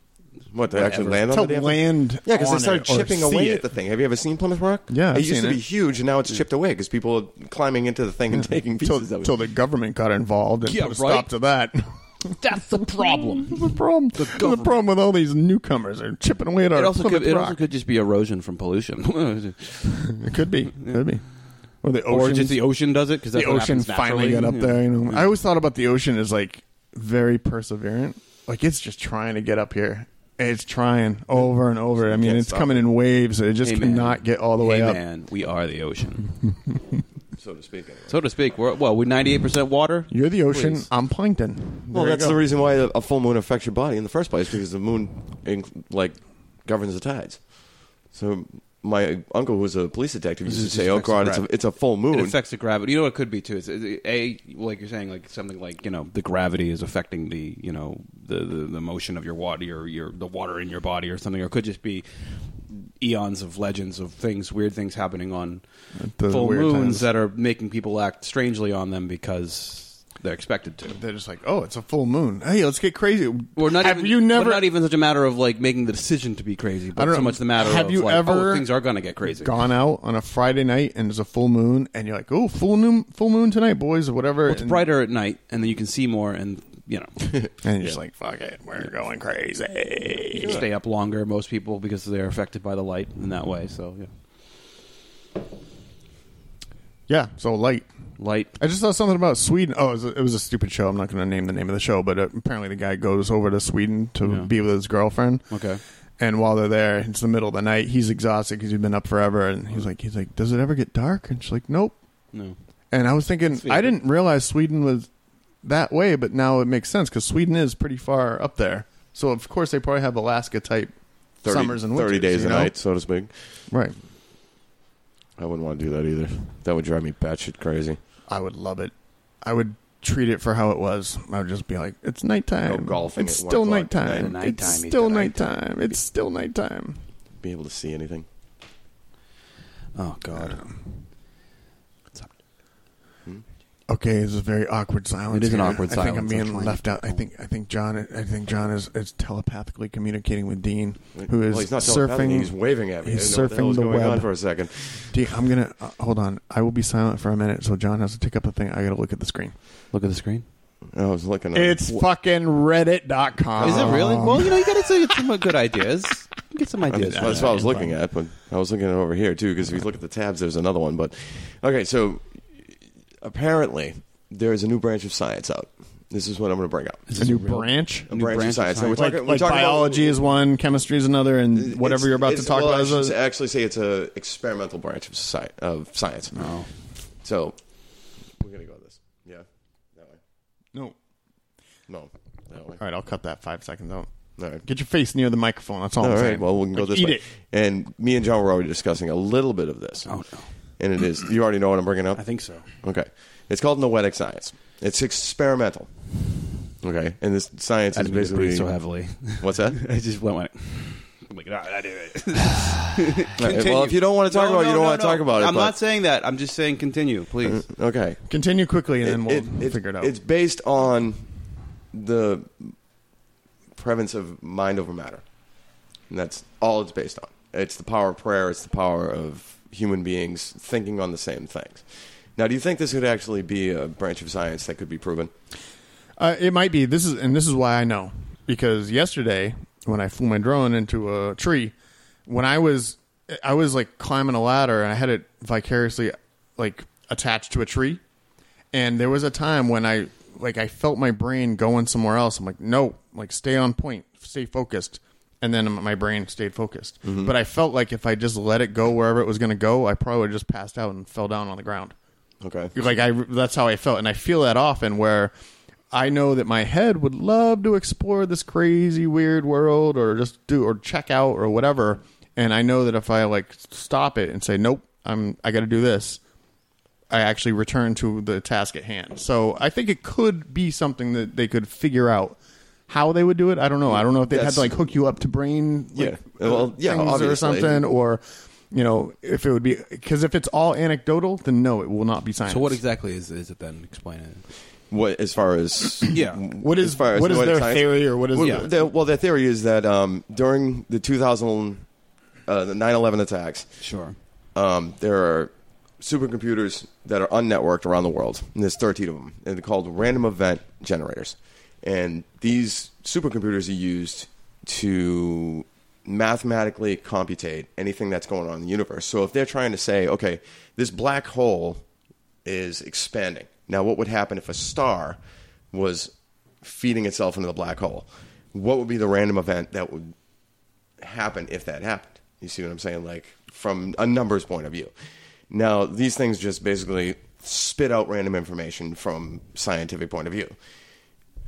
What to actually
Whatever.
land on
To
the damn thing?
land
Yeah, because they
on
started
it or
chipping
see
away
it.
at the thing. Have you ever seen Plymouth Rock?
Yeah,
it
I've
used to
seen
be
it.
huge, and now it's chipped away because people are climbing into the thing *laughs* and
*laughs*
taking
Till,
pieces of it.
till the government got involved and
Yeah,
put a
right.
stop to that.
*laughs* That's the problem.
*laughs* the problem. The,
government.
problem with all these newcomers are chipping away at our
It also,
Plymouth
could, it
Rock.
also could just be erosion from pollution, *laughs*
It could be. Could be. Or the
or
oceans-
just the ocean does it because
the ocean finally got up
Mm-hmm.
there. You know, I always thought about the ocean as like very perseverant. Like it's just trying to get up here. It's trying over and over. I mean,
Can't
it's
stop.
coming in waves. It just
Hey, man.
cannot get all the way
hey,
up.
man, we are the ocean,
*laughs*
so to speak. Anyway.
so to speak. We're well, we're ninety eight percent water.
You're the ocean.
Please.
I'm plankton. There
Well,
you
that's
go.
the reason why a full moon affects your body in the first place because the moon in- like governs the tides. So my uncle, who was a police detective, used to
This
say,
is
"Oh
affects
God,
the
it's a,
gravity.
it's a full moon."
It affects the gravity. You know what it could be too. It's, it's a like you're saying, like something like you know the gravity is affecting the you know the, the, the motion of your water, your your the water in your body or something. Or it could just be eons of legends of things, weird things happening on
the
full
weird
moons
times.
that are making people act strangely on them because they're expected to.
They're just like, oh, it's a full moon. Hey, let's get crazy.
Or not
have
even,
you
or
never
not even such a matter of like making the decision to be crazy, but
I don't
so
know.
much the matter
Have
of
you
like,
ever
oh, things are going to get crazy.
gone out on a Friday night and there's a full moon and you're like, oh, full moon, full moon tonight, boys, or whatever.
Well, it's
and,
brighter at night, and then you can see more, and you know.
*laughs* and you're just like, fuck it, we're going crazy.
You stay up longer most people because they're affected by the light in that way so yeah
Yeah, so light.
light
I just saw something about Sweden. Oh, it was a, it was a stupid show. I'm not going to name the name of the show, but uh, apparently the guy goes over to Sweden to
Yeah.
be with his girlfriend.
okay
And while they're there, it's the middle of the night. He's exhausted because he's been up forever, and he's like, he's like, does it ever get dark? And she's like, nope.
no
And I was thinking,
Sweden.
I didn't realize Sweden was that way, but now it makes sense because Sweden is pretty far up there. So of course they probably have Alaska type
30,
summers and winters.
thirty days
you
a
know?
night, so to speak.
right?
I wouldn't want to do that either. That would drive me batshit crazy.
I would love it. I would treat it for how it was. I would just be like, it's nighttime.
Go golfing
It's
at one
still
o'clock
nighttime.
tonight. Nighttime
It's
is
still
the
nighttime. It's still nighttime.
Be able to see anything.
oh god
Okay, this is a very awkward silence.
It is an
here.
awkward
I think I'm
silence. I'm
being
trying
left
to-
out. I think I think John I think John is, is telepathically communicating with Dean, who is
well, he's not telepathic,
surfing.
He's waving at me.
he's
I didn't know
surfing
what the,
the
hell was going on
web.
for a second.
Dean, I'm gonna uh, hold on. I will be silent for a minute, so John has to pick up the thing. I gotta look at the screen.
look at the screen
I was looking. At
It's fucking Reddit.com.
is it really
Um,
well you know you gotta say it's some good ideas get some
Um, I mean,
ideas from
that's
that.
what I was looking at, but I was looking at over here too because if you look at the tabs, there's another one. But okay, so apparently there is a new branch of science out. This is what I'm going to bring up.
a new branch?
A
New branch of
Now,
science.
we're
Like,
talking, we're
like
talking about-
biology is one, chemistry is another, and whatever
it's-
you're about
it's-
to talk
well,
about
I
is
should
a,
actually say it's a experimental branch of society of science.
oh
So we're going to go with this. Yeah, that way.
no. All
No, that way.
right, I'll cut that five seconds out.
All right.
Get your face near the microphone. That's all.
All
I'm
right.
saying.
Well, we can go
Like,
this
eat
way.
it.
And me and John were already discussing a little bit of this.
oh no
And it is. You already know what I'm bringing up.
i think so
Okay. It's called noetic science. It's experimental. Okay. And this science
i
is
didn't mean to breathe
basically
so heavily
*laughs*
*laughs*
what's that?
i just went like I'm like, "Ah, I did it. *laughs* Continue.
well, if you don't want to talk
No,
about it, you
no,
don't
no,
want to
no.
talk about it.
I'm
but-
not saying that. I'm just saying continue, please.
Mm, Okay.
Continue quickly, and then we'll figure it out.
It's based on the premise of mind over matter. And that's all it's based on. It's the power of prayer, it's the power of human beings thinking on the same things. Now, do you think this could actually be a branch of science that could be proven?
Uh, it might be. This is and this is why I know because yesterday when I flew my drone into a tree, when I was I was like climbing a ladder and I had it vicariously like attached to a tree, and there was a time when I like I felt my brain going somewhere else. I'm like, no, like stay on point, stay focused. And then my brain stayed focused, but I felt like if I just let it go wherever it was going to go, I probably would have just passed out and fell down on the ground
Okay.
like I that's how I felt, and I feel that often where I know that my head would love to explore this crazy weird world or just do or check out or whatever, and I know that if I like stop it and say nope, I'm I got to do this. I actually return to the task at hand. So I think it could be something that they could figure out how they would do it. I don't know. I don't know if they had
That's-
to like hook you up to brain like,
Yeah. Well,
uh,
yeah,
things or
obviously.
something or you know if it would be because if it's all anecdotal then no it will not be science
So what exactly is, is it then? Explain it.
what as far as *clears throat*
Yeah.
What
as
is
far as
what is
what
their
science-
theory or what is
Well,
yeah.
the, well, their theory is that um, during the 2000, uh, the 9/11 attacks,
Sure.
um, there are supercomputers that are unnetworked around the world. And there's 13 of them. And they're called random event generators. And these supercomputers are used to mathematically computate anything that's going on in the universe. So if they're trying to say, okay, this black hole is expanding. Now, what would happen if a star was feeding itself into the black hole? What would be the random event that would happen if that happened. You see what I'm saying? Like from a numbers point of view. Now these things just basically spit out random information from scientific point of view.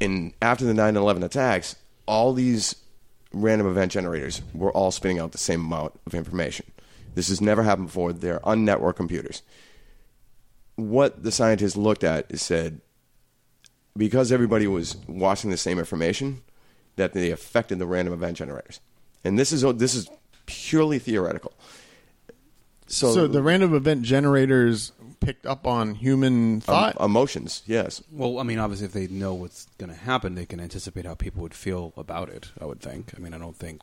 And after the 9/11 attacks, all these random event generators were all spitting out the same amount of information. This has never happened before. They're unnetworked computers. What the scientists looked at is said because everybody was watching the same information that they affected the random event generators and this is this is purely theoretical so, um,
So the random event generators picked up on human
um,
thought.
emotions yes
Well, I mean, obviously, if they know what's going to happen, they can anticipate how people would feel about it. I would think. I mean, I don't think.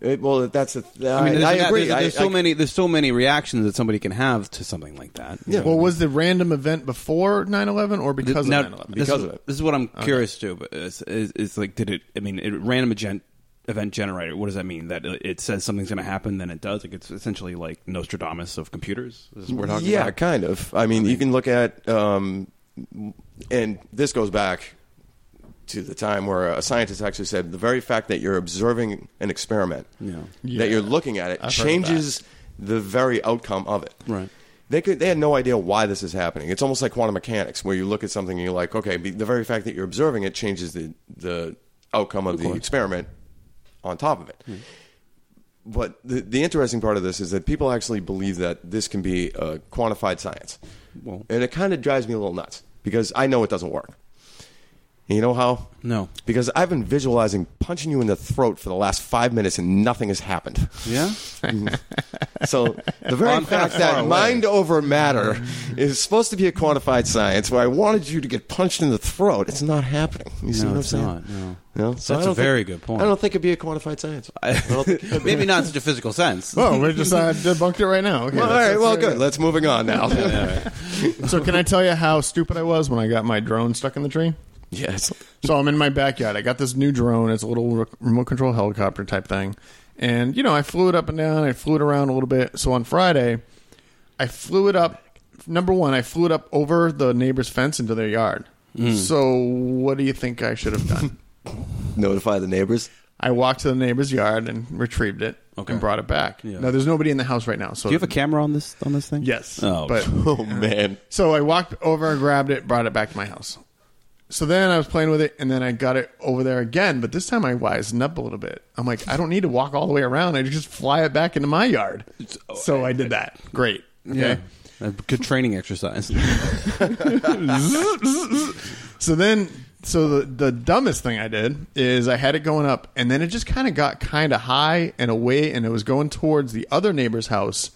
It- well that's a
I mean,
I,
there's,
I agree
There's, there's
I-
so
I-
many. There's so many reactions that somebody can have to something like that.
Yeah.
well, was the random event before 9-11 or
Th-
because
now,
of 9-11?
this
Because
is,
of it.
This is what I'm curious to. But it's, it's, it's like, did it? I mean, it, random gen, event generator. What does that mean? That it it says something's going to happen, then it does. Like it's essentially like Nostradamus of computers. Is what we're talking
yeah
about.
kind of i mean you can look at um, and this goes back to the time where a scientist actually said the very fact that you're observing an experiment
Yeah.
Yeah.
that you're looking at it
I've heard of
changes the very outcome of it
Right.
they could they had no idea why this is happening it's almost like quantum mechanics where you look at something and you're like okay be- the very fact that you're observing it changes the the outcome of, the experiment on top of it but the, the interesting part of this is that people actually believe that this can be a quantified science.
Well-
and it kind of drives me a little nuts because I know it doesn't work. And you know how?
No.
Because I've been visualizing punching you in the throat for the last five minutes and nothing has happened. *laughs*
*laughs*
Mm.
Yeah.
So the very
I'm kinda
fact
far
that
away.
mind over matter is supposed to be a quantified science where I wanted you to get punched in the throat, it's not happening. You see
No,
what I'm
it's
saying?
not, no.
No? So
That's
I
a
don't think-
very good point.
I don't think it'd be a quantified science.
Maybe not in such a physical sense.
Oh, we just uh, debunked it right now. Okay,
Well, all
that's-
right,
that's
well,
very
good. Let's moving on *laughs* now.
*laughs*
So can I tell you how stupid I was when I got my drone stuck in the tree?
Yes.
So I'm in my backyard. I got this new drone. It's a little re- remote control helicopter type thing. And, you know, I flew it up and down. I flew it around a little bit. So on Friday, I flew it up. Number one, I flew it up over the neighbor's fence into their yard.
Hmm.
So what do you think I should have done?
*laughs*
Notify the neighbors.
I walked to the neighbor's yard and retrieved it
Okay.
and brought it back.
Yeah.
Now, there's nobody in the house right now. So
Do you have a camera on this on this thing?
Yes.
Oh,
But
*laughs*
*laughs* Oh man.
So I walked over and grabbed it, brought it back to my house. So then I was playing with it, and then I got it over there again. But this time I wisened up a little bit. I'm like, I don't need to walk all the way around. I just fly it back into my yard. So I did that. Great. Okay.
yeah. A good
*laughs*
training exercise.
So then, so the the dumbest thing I did is I had it going up, and then it just kind of got kind of high and away, and it was going towards the other neighbor's house,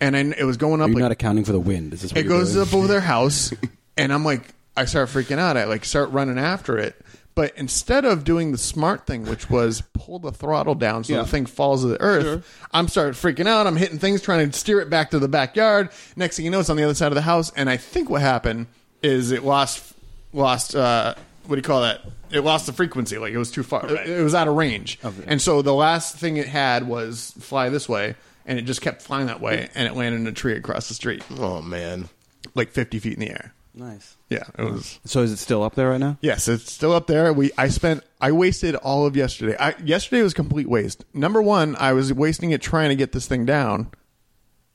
and I, it was going up.
You're
like,
not accounting for the wind. Is this what
it
you're
goes
doing?
up over their *laughs* house and i'm like i start freaking out i like start running after it but instead of doing the smart thing which was pull the throttle down so
Yeah.
the thing falls to the earth i'm starting freaking out i'm hitting things trying to steer it back to the backyard next thing you know it's on the other side of the house and i think what happened is it lost lost uh what do you call that it lost the frequency like it was too far it, it was out of range and so the last thing it had was fly this way and it just kept flying that way and it landed in a tree across the street
Oh man.
like 50 feet in the air.
Nice.
Yeah, it was.
So is it still up there right now?
Yes, it's still up there. We I spent I wasted all of yesterday. I, yesterday was complete waste. Number one, I was wasting it trying to get this thing down.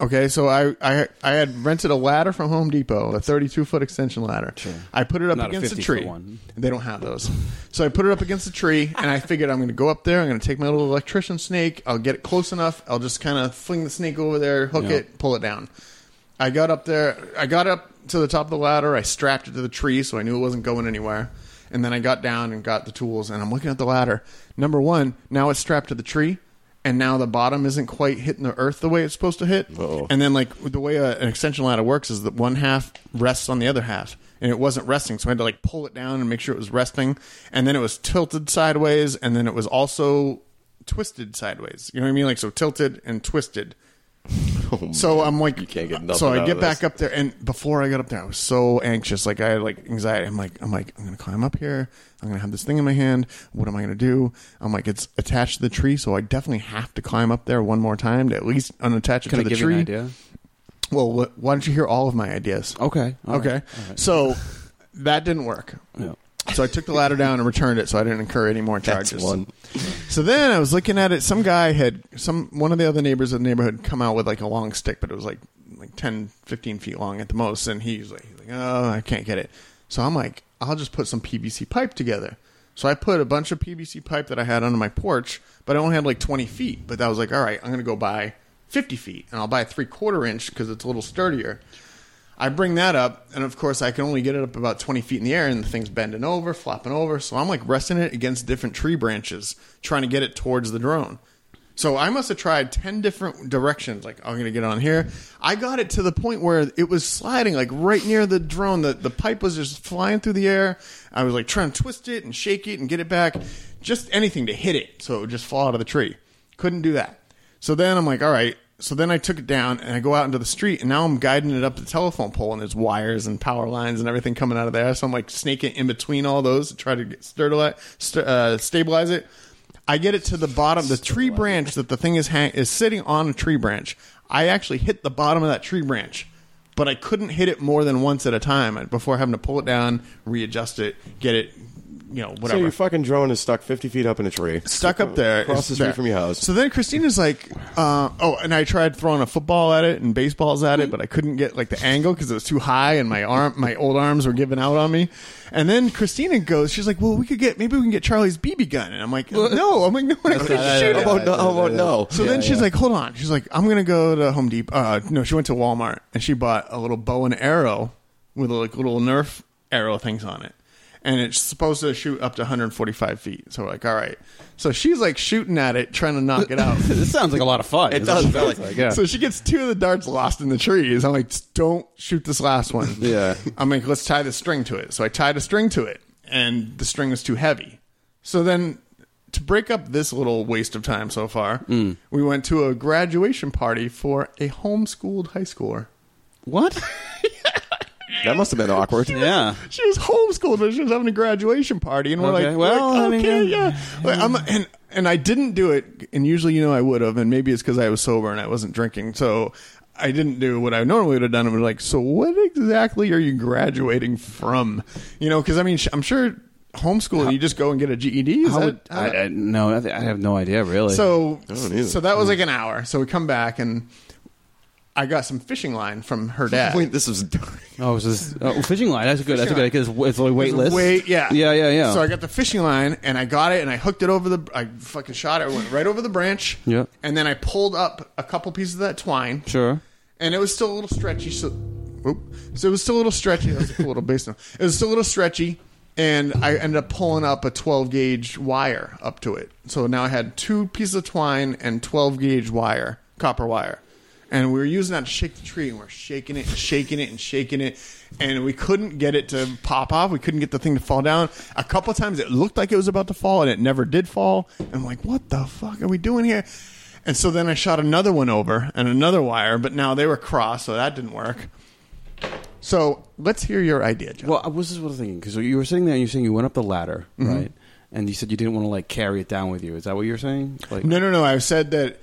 Okay, so I I, I had rented a ladder from Home Depot, a 32 foot extension ladder. I put it up
Not a
against a,
50 foot
tree.
one.
They don't have those, so I put it up against a tree, and I figured I'm going to go up there. I'm going to take my little electrician snake. I'll get it close enough. I'll just kind of fling the snake over there, hook
Yeah.
it, pull it down. I got up there. I got up to the top of the ladder. I strapped it to the tree so I knew it wasn't going anywhere. And then I got down and got the tools. And I'm looking at the ladder. Number one, now it's strapped to the tree, and now the bottom isn't quite hitting the earth the way it's supposed to hit.
Uh-oh.
And then, like the way a, an extension ladder works is that one half rests on the other half. and it wasn't resting. So I had to like pull it down and make sure it was resting. And then it was tilted sideways, and then it was also twisted sideways. You know what I mean? Like so tilted and twisted.
Oh, *laughs*
so I'm like,
can't get nothing
so
out
I
of
get back
this.
up there, and before I got up there, I was so anxious. Like I had like anxiety. I'm like, I'm like, I'm gonna climb up here. I'm gonna have this thing in my hand. What am I gonna do? I'm like, it's attached to the tree, so I definitely have to climb up there one more time to at least unattach it
Can
to
I
the
give
tree.
you an idea?
Well, wh- why don't you hear all of my ideas?
Okay. Oh, all right,
okay.
all right.
So that didn't work.
Yeah.
So I took the ladder down and returned it, so I didn't incur any more
That's
charges.
one.
So then I was looking at it. Some guy had some one of the other neighbors in the neighborhood come out with like a long stick, but it was like like 10, 15 feet long at the most. And he's like, he's like, oh, I can't get it. So I'm like, I'll just put some PVC pipe together. So I put a bunch of PVC pipe that I had under my porch, but I only had like 20 feet. But I was like, all right, I'm going to go buy 50 feet, and I'll buy a three quarter inch because it's a little sturdier. I bring that up, and of course, I can only get it up about 20 feet in the air, and the thing's bending over, flopping over. So I'm like resting it against different tree branches, trying to get it towards the drone. So I must have tried 10 different directions. Like, "Oh, I'm going to get on here. I got it to the point where it was sliding, like right near the drone. The, the pipe was just flying through the air. I was like trying to twist it and shake it and get it back, just anything to hit it so it would just fall out of the tree. Couldn't do that. So then I'm like, all right. So then I took it down and I go out into the street and now I'm guiding it up the telephone pole and there's wires and power lines and everything coming out of there. So I'm like snaking in between all those to try to get stabilize, st- uh, stabilize it. I get it to the bottom, the tree branch that the thing is hang- is sitting on a tree branch. I actually hit the bottom of that tree branch, but I couldn't hit it more than once at a time before having to pull it down, readjust it, get it, you know,
So
whatever
your fucking drone is stuck 50 feet up in a tree.
stuck up there
Across
is
the street
there.
from your house.
So then Christina's like, uh, "Oh," and I tried throwing a football at it and baseballs at it, but I couldn't get like the angle because it was too high, and my arm, my old arms were giving out on me. And then Christina goes, "She's like, well, we could get maybe we can get Charlie's BB gun," and I'm like, "No," I'm like, "No, I want to
not-
shoot it."
Oh, no, oh, no.
So then she's like, "Hold on." She's like, "I'm gonna go to Home Depot." Uh, no, she went to Walmart and she bought a little bow and arrow with like little Nerf arrow things on it, and it's supposed to shoot up to 145 feet. So we're like, "All right." So she's like shooting at it, trying to knock it out.
*laughs* this sounds like a lot of fun.
It does, Billy.
*laughs*
yeah.
So she gets two of the darts lost in the trees. I'm like, "Just don't shoot this last one.
Yeah.
I'm like, let's tie the string to it. So I tied a string to it, and the string was too heavy. So then, to break up this little waste of time so far, we went to a graduation party for a homeschooled high schooler.
What?
That must have been awkward.
yeah.
She was homeschooled, but she was having a graduation party, and we're
Okay,
like,
well,
we're
I
like,
mean,
okay,
yeah.
yeah. Like, I'm, and and I didn't do it, and usually, you know, I would have, and maybe it's because I was sober and I wasn't drinking, so. I didn't do what I normally would have done. I was like, so what exactly are you graduating from? You know, because I mean, sh- I'm sure homeschool, you just go and get a GED. Is
How
that,
would,
how-
I, I, no, I, I have no idea, really.
so
don't either.
so
Hmm.
that was like an hour. So we come back and I got some fishing line from her dad.
*laughs*
Wait, this *laughs* was dark.
oh, it was this, oh, fishing line. That's good. That's
Fishing
good because it's like wait list.
Wait, yeah,
Yeah, yeah, yeah.
So I got the fishing line and I got it and I hooked it over the. I fucking shot it. I went right over the branch.
Yeah.
And then I pulled up a couple pieces of that twine.
sure.
Uh-huh. And it was still a little stretchy. So, oop, so it was still a little stretchy. That was a cool little bass note. It was still a little stretchy, and I ended up pulling up a 12 gauge wire up to it. So now I had two pieces of twine and 12 gauge wire, copper wire. And we were using that to shake the tree, and we are shaking it, and shaking it, and shaking it, and we couldn't get it to pop off. We couldn't get the thing to fall down. A couple of times it looked like it was about to fall, and it never did fall. And I'm like, "What the fuck are we doing here?" And so then I shot another one over and another wire, but now they were crossed, so that didn't work. So let's hear your idea, John.
Well, I was just what I was thinking because you were sitting there and you're saying you went up the ladder,
Mm-hmm.
right? And you said you didn't want to like carry it down with you. Is that what you're saying? Like,
no, no, no. I said that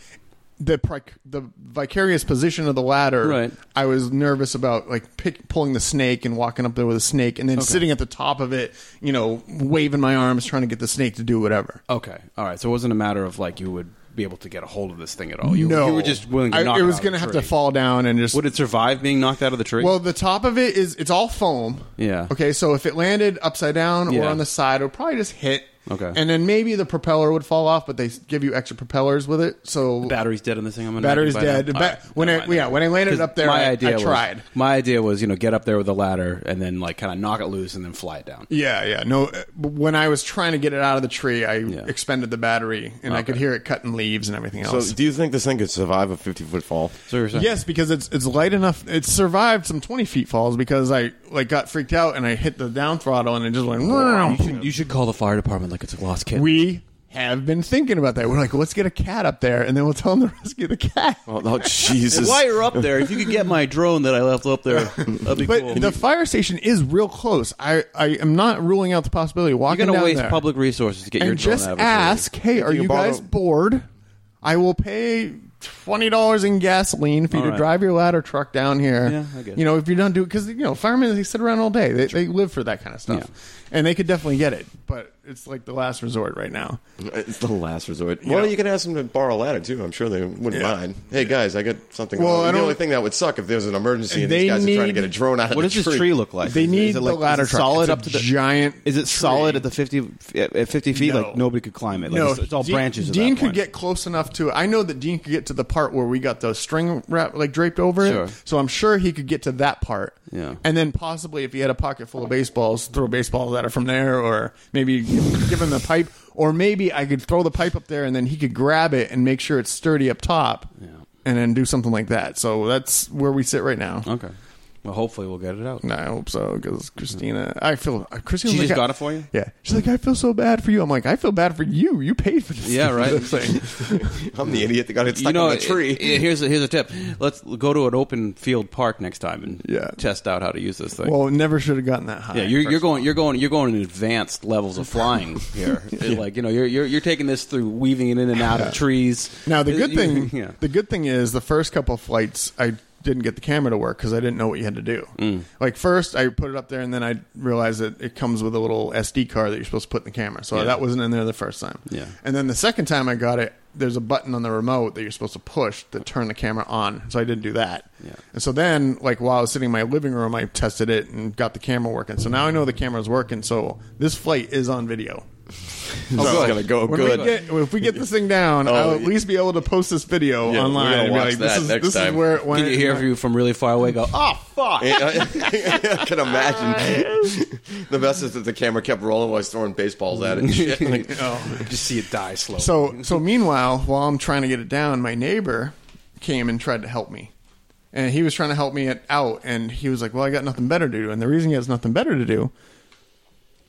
the pri- the vicarious position of the ladder.
Right.
I was nervous about like pick, pulling the snake and walking up there with a snake, and then sitting at the top of it, you know, waving my arms, trying to get the snake to do whatever.
Okay. All right. So it wasn't a matter of like you would be able to get a hold of this thing at all. You,
no,
you were just willing to
I-
knock
it was
going
gonna have to fall down and just
Would it survive being knocked out of the tree?
Well, the top of it is it's all foam.
Yeah.
Okay, so if it landed upside down or
Yeah.
on the side, it would probably just hit.
Okay.
And then maybe the propeller would fall off, but they give you extra propellers with it. So
battery's dead on this thing. I'm gonna
battery's
do by now.
dead.
All
Ba-
right,
when
never
I,
mind.
yeah, when I landed
'Cause
up there, I, I tried.
Was, my idea was you know get up there with a ladder and then like kind of knock it loose and then fly it down.
Yeah, yeah. No, uh, when I was trying to get it out of the tree, I
Yeah.
expended the battery, and I could
Okay.
hear it cutting leaves and everything
So
else.
do you think this thing could survive a 50 foot fall?
So you're saying
Yes, because it's it's light enough. It survived some twenty feet falls because I like got freaked out and I hit the down throttle and it just went.
You should, you should call the fire department like it's a lost kid.
we have been thinking about that. We're like, let's get a cat up there and then we'll tell them to *laughs* rescue the cat.
Oh, oh, *laughs* Jesus.
While you're up there, if you could get my drone that I left
*laughs*
up there, that'd be
But
cool.
the fire station is real close. I, I am not ruling out the possibility of
You're
walking
gonna
down
waste
there
public resources to get your
and
drone
just
out of a
ask, hey, are
you
you,
borrow-
guys bored? I will pay twenty dollars in gasoline for you
All
to
right.
drive your ladder truck down here.
Yeah, I guess.
You know, if you don't do it, because you know, firemen they sit around all day. They, they live for that kind of stuff, and they could definitely get it. But it's like the last resort right now.
It's the last resort. well, you can ask them to borrow a ladder too. I'm sure they wouldn't
Yeah.
mind. Hey guys, I got something.
Well, I
the
don't-
only thing that would suck if there's an emergency and
They
these guys are trying to
need-
get a drone out of
What
the
does this tree look like?
They
Is it-
need
is it
the
like,
ladder
is it
truck.
solid
It's a
up to the
giant
Is it solid
tree.
at the fifty at fifty feet?
No.
Like nobody could climb it. Like it's, it's all
Dean-
branches. at
Dean
that
could
point.
get close enough to. I know that Dean could get to the part where we got the string wrap like draped over
Sure.
it. So I'm sure he could get to that part.
Yeah.
And then possibly if he had a pocket full of baseballs, throw baseballs at it from there, or maybe give give him the pipe, or maybe I could throw the pipe up there and then he could grab it and make sure it's sturdy up top, and then do something like that. So that's where we sit right now.
Okay. Well, hopefully we'll get it out.
Nah, I hope so because Christina, I feel uh, Christina.
She
like,
just
I-
got it for you.
Yeah, she's like, I feel so bad for you. I'm like, I feel bad for you. You paid for this.
Yeah,
*laughs*
right.
this
*laughs*
thing.
I'm the idiot that got it stuck
you know,
in the tree.
it- it- here's a, here's a tip. Let's go to an open field park next time and
Yeah.
test out how to use this thing.
Well, it never should have gotten that high.
yeah, you're, you're going you're going you're going in advanced levels
*laughs*
of flying here. Like you know you're, you're you're taking this through weaving it in and out of trees.
now the
It-
good
you-
thing.
Uh, *laughs* yeah.
The good thing is the first couple flights I didn't get the camera to work because I didn't know what you had to do.
Mm.
Like first I put it up there and then I realized that it comes with a little SD card that you're supposed to put in the camera. So
Yeah.
that wasn't in there the first time.
Yeah.
And then the second time I got it, there's a button on the remote that you're supposed to push to turn the camera on. So I didn't do that.
Yeah.
And so then, like while I was sitting in my living room, I tested it and got the camera working. So now I know the camera's working. So this flight is on video.
This is
good.
gonna go
Oh, When
good. *laughs*
we get, if we get this thing down,
Oh,
I'll at
yeah.
least be able to post this video
Yeah, we're
online.
gonna
and be
watch
like, this
that
is-
next
this
time.
is where it went.
Can you hear you from really far away? Go oh fuck.
I
*laughs*
can imagine. the best is that the camera kept rolling while I was throwing baseballs
*laughs*
at
*laughs*
it. and shit. Like,
Just see it die slowly.
So, so meanwhile, while I'm trying to get it down, my neighbor came and tried to help me, and he was trying to help me it out, and he was like, "Well, I got nothing better to do," and the reason he has nothing better to do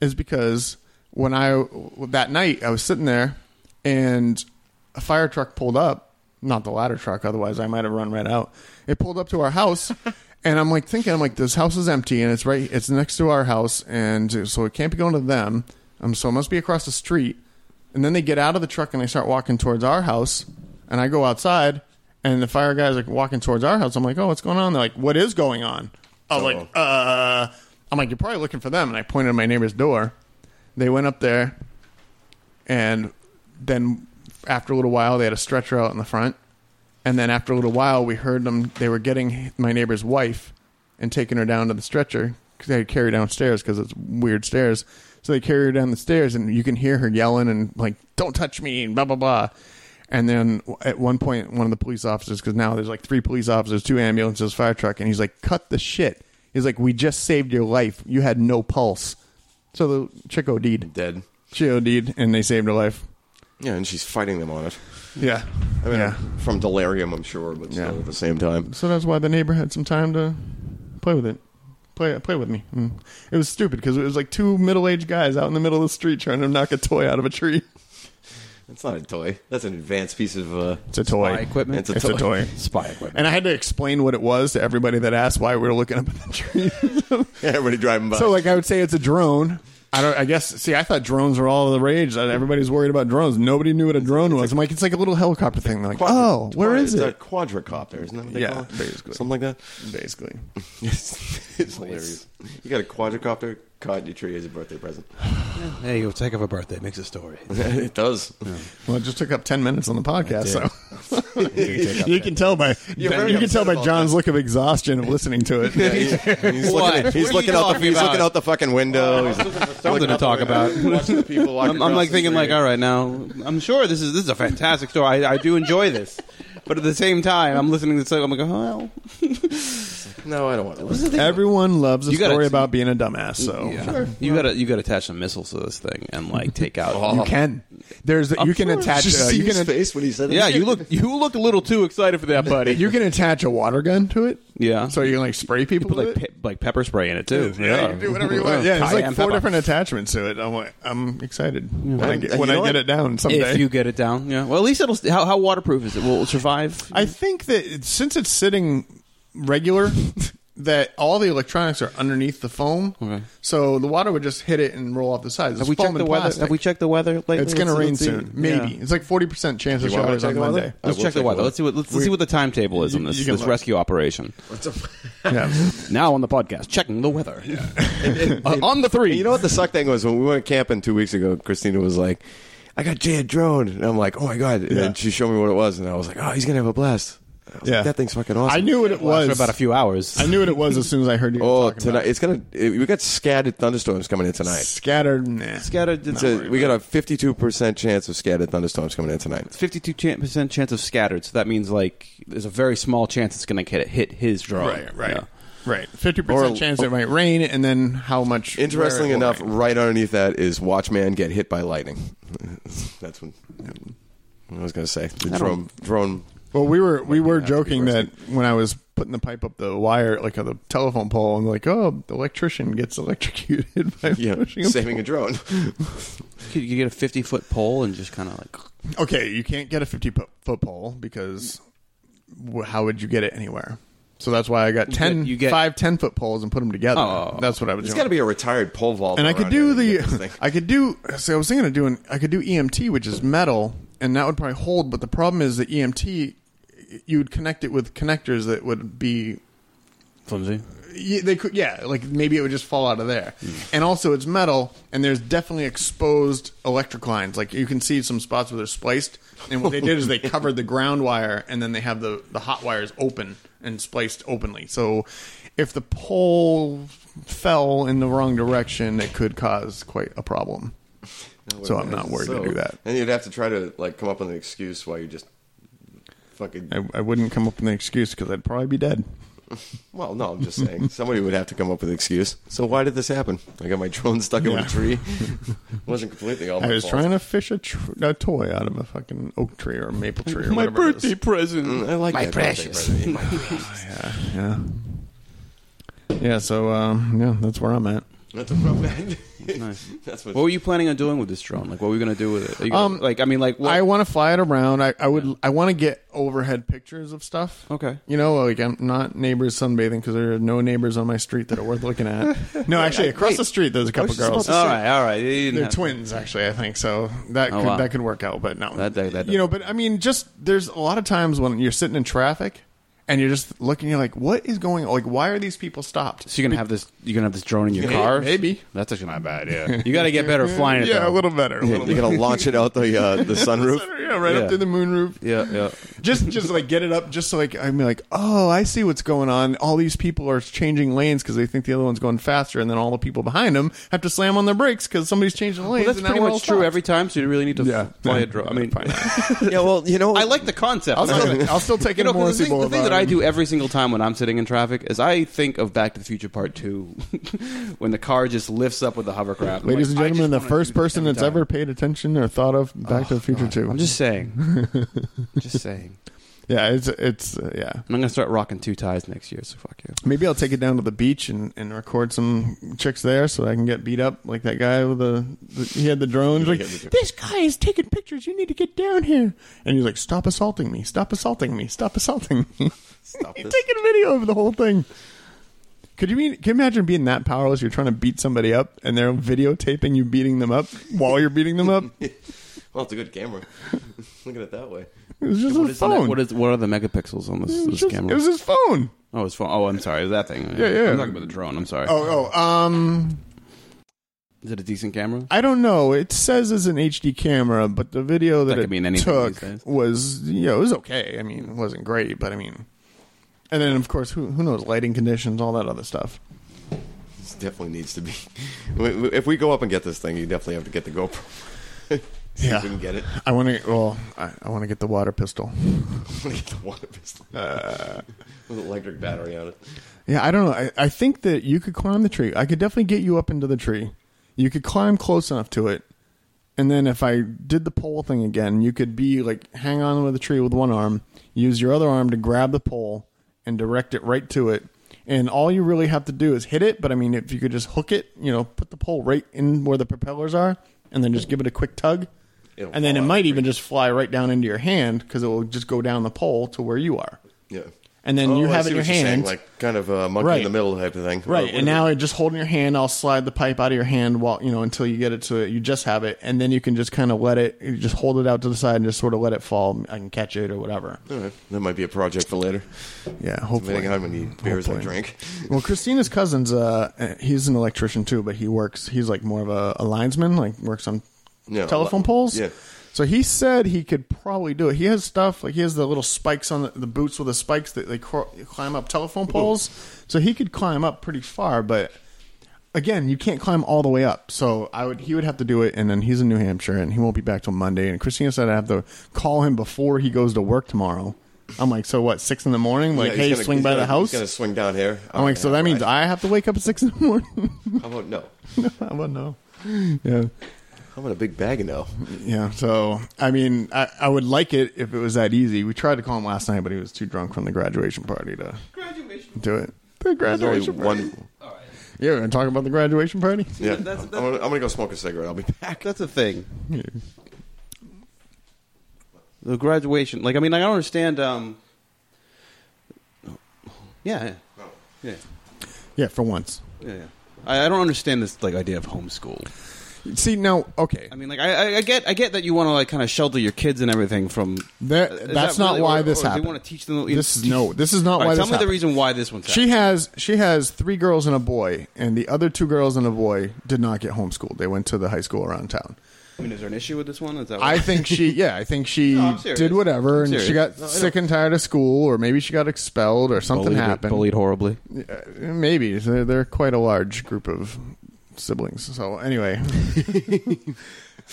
is because when I that night I was sitting there, and a fire truck pulled up, not the ladder truck, otherwise I might have run right out. It pulled up to our house. And I'm like thinking, I'm like, this house is empty, and it's right, it's next to our house, and so it can't be going to them. Um, so it must be across the street. And then they get out of the truck and they start walking towards our house. And I go outside, and the fire guys like walking towards our house. I'm like, oh, what's going on? They're like, what is going on? I'm like, uh, I'm like, you're probably looking for them. And I pointed at my neighbor's door. They went up there, and then after a little while, they had a stretcher out in the front. And then after a little while, we heard them. They were getting my neighbor's wife and taking her down to the stretcher because they had to carry her downstairs because it's weird stairs. So they carry her down the stairs, and you can hear her yelling and like, "Don't touch me!" and blah blah blah. And then at one point, one of the police officers, because now there's like three police officers, two ambulances, fire truck, and he's like, "Cut the shit." He's like, "We just saved your life. You had no pulse." So the chick OD'd.
dead.
She OD'd, and they saved her life.
Yeah, and she's fighting them on it.
Yeah,
I mean,
yeah.
from delirium, I'm sure, but still
Yeah.
at the same time.
So that's why the neighbor had some time to play with it. Play play with me. Mm. It was stupid because it was like two middle aged guys out in the middle of the street trying to knock a toy out of a tree.
It's not a toy. That's an advanced piece of. Uh, *laughs*
It's a toy.
Spy equipment?
It's a
*laughs*
toy.
spy equipment.
And I had to explain what it was to everybody that asked why we were looking up at the *laughs* tree.
Everybody driving by.
so like I would say it's a drone. I don't. I guess. See, I thought drones were all the rage. that Everybody's worried about drones. Nobody knew what a drone was. I'm like, it's like a little helicopter thing. They're like,
Quadri-
oh, where
quadri-
is
it's
it?
A quadricopter, isn't that what they
Yeah,
call it?
basically.
Something like that. *laughs*
Basically,
It's, it's hilarious. You got a quadricopter caught in your tree as a birthday present. *laughs*
Hey, you take of a birthday. Makes a story.
it does.
well, it just took up ten minutes on the podcast, so. you
you
can tell by you
You're very
can tell
upset
by
about
John's look of exhaustion of listening to it.
He's looking,
What?
at, he's
What
looking
are you
out the
talking
he's
about?
looking out the fucking window. He's
Something to talk about.
Watching the people walking
I'm, I'm
across
like
the
thinking
street.
like, all right, now I'm sure this is this is a fantastic story. I, I do enjoy this, but at the same time, I'm listening to this. I'm like, oh, well, uh,
No, I don't want to. Listen.
Everyone loves a
You gotta-
story about being a dumbass, so Oh.
you gotta you gotta attach some missiles to this thing and like take out.
you can. There's you can
sure.
attach
Just
uh,
see
you
his *laughs*
can
face when he said it.
Yeah,
*laughs*
you *laughs* look you look a little too excited for that, buddy.
you can attach a water gun to it.
Yeah.
So you can like spray people
put
with
like
it.
pe- like pepper spray in it too.
Yeah, you can do whatever you want. Yeah, it's
Cayenne
like four
pepper.
different attachments to it. I'm like, I'm excited when I get,
And
when
you
I
know
get
what?
it down someday.
If you get it down, yeah. Well, at least it'll. st- How, how waterproof is it? Will it survive?
I think that it- since it's sitting regular, *laughs* that all the electronics are underneath the foam,
Okay.
so the water would just hit it and roll off the sides.
have
It's
we
foam
checked
and
the weather?
plastic.
Have we checked the weather? Lately?
It's going to
Let's-
rain
let's see.
soon. Maybe
Yeah.
it's like forty percent chance of
You want me
showers
to
on
check the weather?
Monday.
I
Let's
will
check the weather. Let's see what let's, see what the timetable is
You-
on
you
this
can
this
look.
rescue operation.
Yeah.
Now on the podcast, checking the weather *laughs* *laughs* Uh, on the three.
And you know what the suck thing was when we went camping two weeks ago. Christina was like, "I got Jay a drone," and I'm like, "Oh my god!" And
Yeah.
then she showed me what it was, and I was like, "Oh, he's gonna have a blast." I was like,
Yeah.
that thing's fucking awesome.
I knew what it was.
for about a few hours.
I knew what it was as soon as I
*laughs*
heard you.
Oh,
talking
tonight
about it.
it's gonna. It, we got scattered thunderstorms coming in tonight.
scattered. Nah.
Scattered. It's
It's a- we got a 52 percent chance of scattered thunderstorms coming in tonight.
fifty-two chan- percent chance of scattered. So that means like there's a very small chance it's going to hit hit his drone.
Right, right,
Yeah.
right. Fifty
Or-
percent chance it might rain, and then how much?
Interesting
where it will
enough,
rain.
right underneath that is Watchman get hit by lightning. *laughs* That's what I was gonna say. The drone, drone.
Well, we were we were
have to be
joking that
roasted.
when I was putting the pipe up the wire, like on the telephone pole, and like, oh, the electrician gets *laughs* electrocuted by
Yeah,
pushing a
saving a drone.
Could you get a fifty-foot pole and just kind of like
Okay, you can't get a fifty po- foot pole because wh- how would you get it anywhere? So that's why I got ten,
you get-
five ten foot poles and put them together.
Oh.
that's what I was.
It's
doing.
got to be a retired pole vault.
and I could
around here
do
to get this *laughs*
the
thing.
I could do so I was thinking of doing I could do EMT which is metal and that would probably hold but the problem is that E EMT you would connect it with connectors that would be
flimsy.
y- they could yeah like maybe it would just fall out of there
Hmm.
and also it's metal and there's definitely exposed electric lines like you can see some spots where they're spliced and what they did
*laughs*
is they covered the ground wire and then they have the the hot wires open and spliced openly so if the pole fell in the wrong direction it could cause quite a problem so i'm not worried
So-
to do that
And you'd have to try to like come up with an excuse why you just fucking.
I, I wouldn't come up with an excuse because i'd probably be dead
Well, no, I'm just saying somebody would have to come up with an excuse. So why did this happen? I got my drone stuck in
Yeah.
a tree. *laughs* wasn't completely
Oh,
all my
I was
fault.
trying to fish a, tr- a toy out of a fucking oak tree or a maple tree or
My
whatever it is. Mm,
birthday present.
I like my
precious.
Yeah. Yeah, so um, yeah, that's where I'm at.
That's a rough end.
Nice.
*laughs* That's
What
what.
were you planning on doing with this drone? Like, what were you going to do with it? Are you gonna-
Um,
like, I mean, like, what,
I want to fly it around. I, I would. I want to get overhead pictures of stuff.
Okay.
You know, like I'm not neighbors sunbathing because there are no neighbors on my street that are worth looking at. no, actually, across the street there's a couple
just about
girls. Oh,
to
all right, all right. You didn't
They're
have-
twins, actually. I think so. That
Oh,
could,
wow.
that could work out, but no.
That- that- that-
you know, but I mean, just there's a lot of times when you're sitting in traffic and you're just looking. You're like, what is going? on? Like, why are these people stopped?
So you're gonna have this. You're gonna have this drone in your
May-
car.
maybe.
that's actually not a bad idea. *laughs* You got to get better at flying it.
yeah,
though.
a little better. A
Yeah,
little
you're gonna launch it out the uh,
*laughs*
the sunroof.
better. Yeah, right
Yeah.
up to the moonroof.
Yeah, yeah.
just just like get it up just so like i'm like oh i see what's going on all these people are changing lanes because they think the other one's going faster and then all the people behind them have to slam on their brakes because somebody's changing lanes
Well, that's
and
pretty
now we're
much
all
true
stopped.
every time. So you really need to
yeah
f- fly a drone. I mean, *laughs*
yeah, well, you know,
I like the concept.
I'll still- I'll still take
you know,
it more
'cause the thing,
people
the thing that
about-
I do every single time when I'm sitting in traffic is I think of Back to the Future Part Two, *laughs* when the car just lifts up with the hovercraft. I'm
ladies
like,
and
I
gentlemen the
just wanna
first
do this
person
every
that's
time. Oh,
ever paid attention or thought of back to the future too.
I'm just saying.
*laughs*
I'm just saying.
yeah it's it's uh, yeah
And I'm gonna start rocking two ties next year. So fuck you.
maybe i'll take it down to the beach and, and record some chicks there so i can get beat up like that guy with the, the he had the drone He's like,
had the drone.
this guy is taking pictures you need to get down here and he's like stop assaulting me stop assaulting me stop assaulting me
*laughs*
*laughs*
Stop
You're
this.
taking video of the whole thing. Could you mean? Can you imagine being that powerless? You're trying to beat somebody up, and they're videotaping you beating them up while you're beating them up. It
Well, it's a good camera. *laughs* Look at it that way.
was just
What
his
is the, ne-
phone.
what is what are the megapixels on this,
it,
this
was just-
camera?
it was his phone.
oh, it's phone. Oh, I'm sorry. It was that thing.
Yeah, yeah.
I'm talking about the drone. I'm sorry.
Oh, oh. Um,
Is it a decent camera?
I don't know. It says it's an HD camera, but the video that,
That could
it
mean anything
took
these days.
was you know it was okay. I mean, it wasn't great, but I mean, and then of course, who who knows lighting conditions, all that other stuff.
This definitely needs to be. *laughs* we- we- If we go up and get this thing, you definitely have to get the GoPro. *laughs* See
Yeah.
if we can get it. *laughs*
I want to. Well, I, I want to get the water pistol.
I'm gonna get the water pistol
Uh.
*laughs* with an electric battery on it.
Yeah, I don't know. I, I think that you could climb the tree. I could definitely get you up into the tree. You could climb close enough to it And then if I did the pole thing again, you could be like hang on with a tree with one arm, use your other arm to grab the pole and direct it right to it. And all you really have to do is hit it. But I mean, if you could just hook it, you know, put the pole right in where the propellers are, and then just give it a quick tug,
It'll
and then it
fall out
might even just fly right down into your hand because it will just go down the pole to where you are.
Yeah.
And then you
Oh, I
have it
see
in your
what you're saying,
hand,
like kind of a monkey
Right.
in the middle type of thing. Oh,
Right, and now it just holding your hand. I'll slide the pipe out of your hand while you know until you get it to you just have it, and then you can just kind of let it. You just hold it out to the side and just sort of let it fall. I can catch it or whatever.
All right. That might be a project for later.
Yeah, hopefully.
Depending on how many beers I
Hopefully.
drink.
Well, Christina's cousin's uh, he's an electrician too, but he works. He's like more of a, a linesman, like works on
Yeah,
telephone
li-
poles.
yeah.
So he said he could probably do it. He has stuff like he has the little spikes on the, the boots with the spikes that they cr- climb up telephone poles. So he could climb up pretty far, but again, you can't climb all the way up. So I would he would have to do it, and then he's in New Hampshire, and he won't be back till Monday. And Christina said I have to call him before he goes to work tomorrow. I'm like, so what? Six in the morning? Like,
Yeah, he's
hey,
gonna-
swing
he's
by
gonna-
the house.
He's gonna swing down here.
I'm like, so that means
I.
I have to wake up at six in the morning. *laughs*
How about no?
I don't know. Yeah,
How about a big bag of no?
yeah. So I mean, I, I would like it if it was that easy. We tried to call him last night, but he was too drunk from the graduation party to
Graduation.
do it. The
There's only
graduation party.
one.
All right.
Yeah, we're gonna talk about the graduation party. *laughs*
Yeah,
That's-
I'm, gonna, I'm gonna go smoke a cigarette. I'll be back.
That's a thing. The graduation. Like, I mean, I don't understand. Um, yeah,
Oh.
yeah, yeah,
Yeah, for once.
yeah. yeah. I, I don't understand this like idea of homeschool.
See now, okay.
I mean, like, I, I- I get, I get that you want to like kind of shelter your kids and everything from.
That-
Is
that's not
really-
why
or-
this
or
happened.
They want to teach them.
This is no. This is not
All right,
why.
tell
this
me
happened.
the reason why this one's
She has she has three girls and a boy, and the other two girls and a boy did not get homeschooled. They went to the high school around town.
I mean, is there an issue with this one? Is that
I
what-
think
*laughs*
she, yeah, I think she
No, I'm serious.
did whatever,
I'm
and she
serious.
got sick and tired of school, or maybe she got expelled, or something
bullied,
happened.
Bullied horribly.
Uh, Maybe they're, they're quite a large group of siblings. So anyway,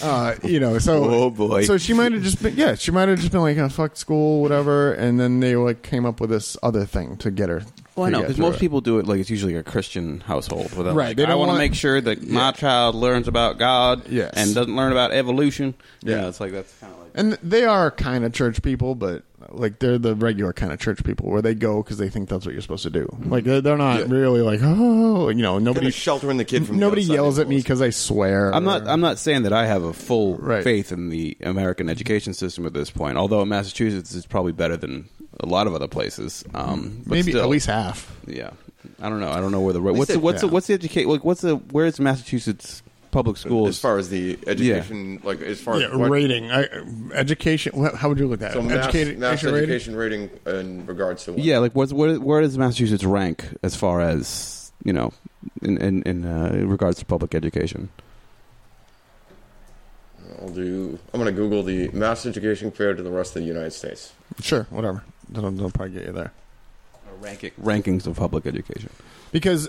uh, you know, so
Oh, boy.
so she might have just been, yeah, she might have just been like, oh, fuck school, whatever, and then they like came up with this other thing to get her.
Well, I
to
know
get
because
through
most
it.
people do it like it's usually a Christian household. Without,
Right,
like,
they
I
don't
wanna
want-
make sure that my child learns about God
Yes.
and doesn't learn about evolution. Yeah,
Yeah.
it's like that's kind of like
And they are kind of church people, but like they're the regular kind of church people where they go because they think that's what you're supposed to do.
Mm-hmm.
Like they're, they're not really like oh, you know,
Kind
nobody
of sheltering the kid from
nobody
the outside
yells at me
influence.
because I swear.
I'm not. I'm not saying that I have a full
Right.
faith in the American education system at this point. Although in Massachusetts it's probably better than a lot of other places. Um, but
maybe
still,
at least half.
Yeah, I don't know. I don't know where the right. What's
least
the,
it-
what's the,
yeah.
what's the educate? Like what's the where's Massachusetts public schools?
As far as the education, like as far
Yeah,
as what,
rating, I, education. wha- How would you look at it?
so mass,
Educated-
mass
education rating?
education rating in regards to what?
Yeah, like what's, where, where does Massachusetts rank as far as you know in in, in uh, in regards to public education?
I'll do. I'm gonna Google the mass education compared to the rest of the United States.
Sure, whatever. That'll, that'll probably get you there.
Ranking rankings of public education.
Because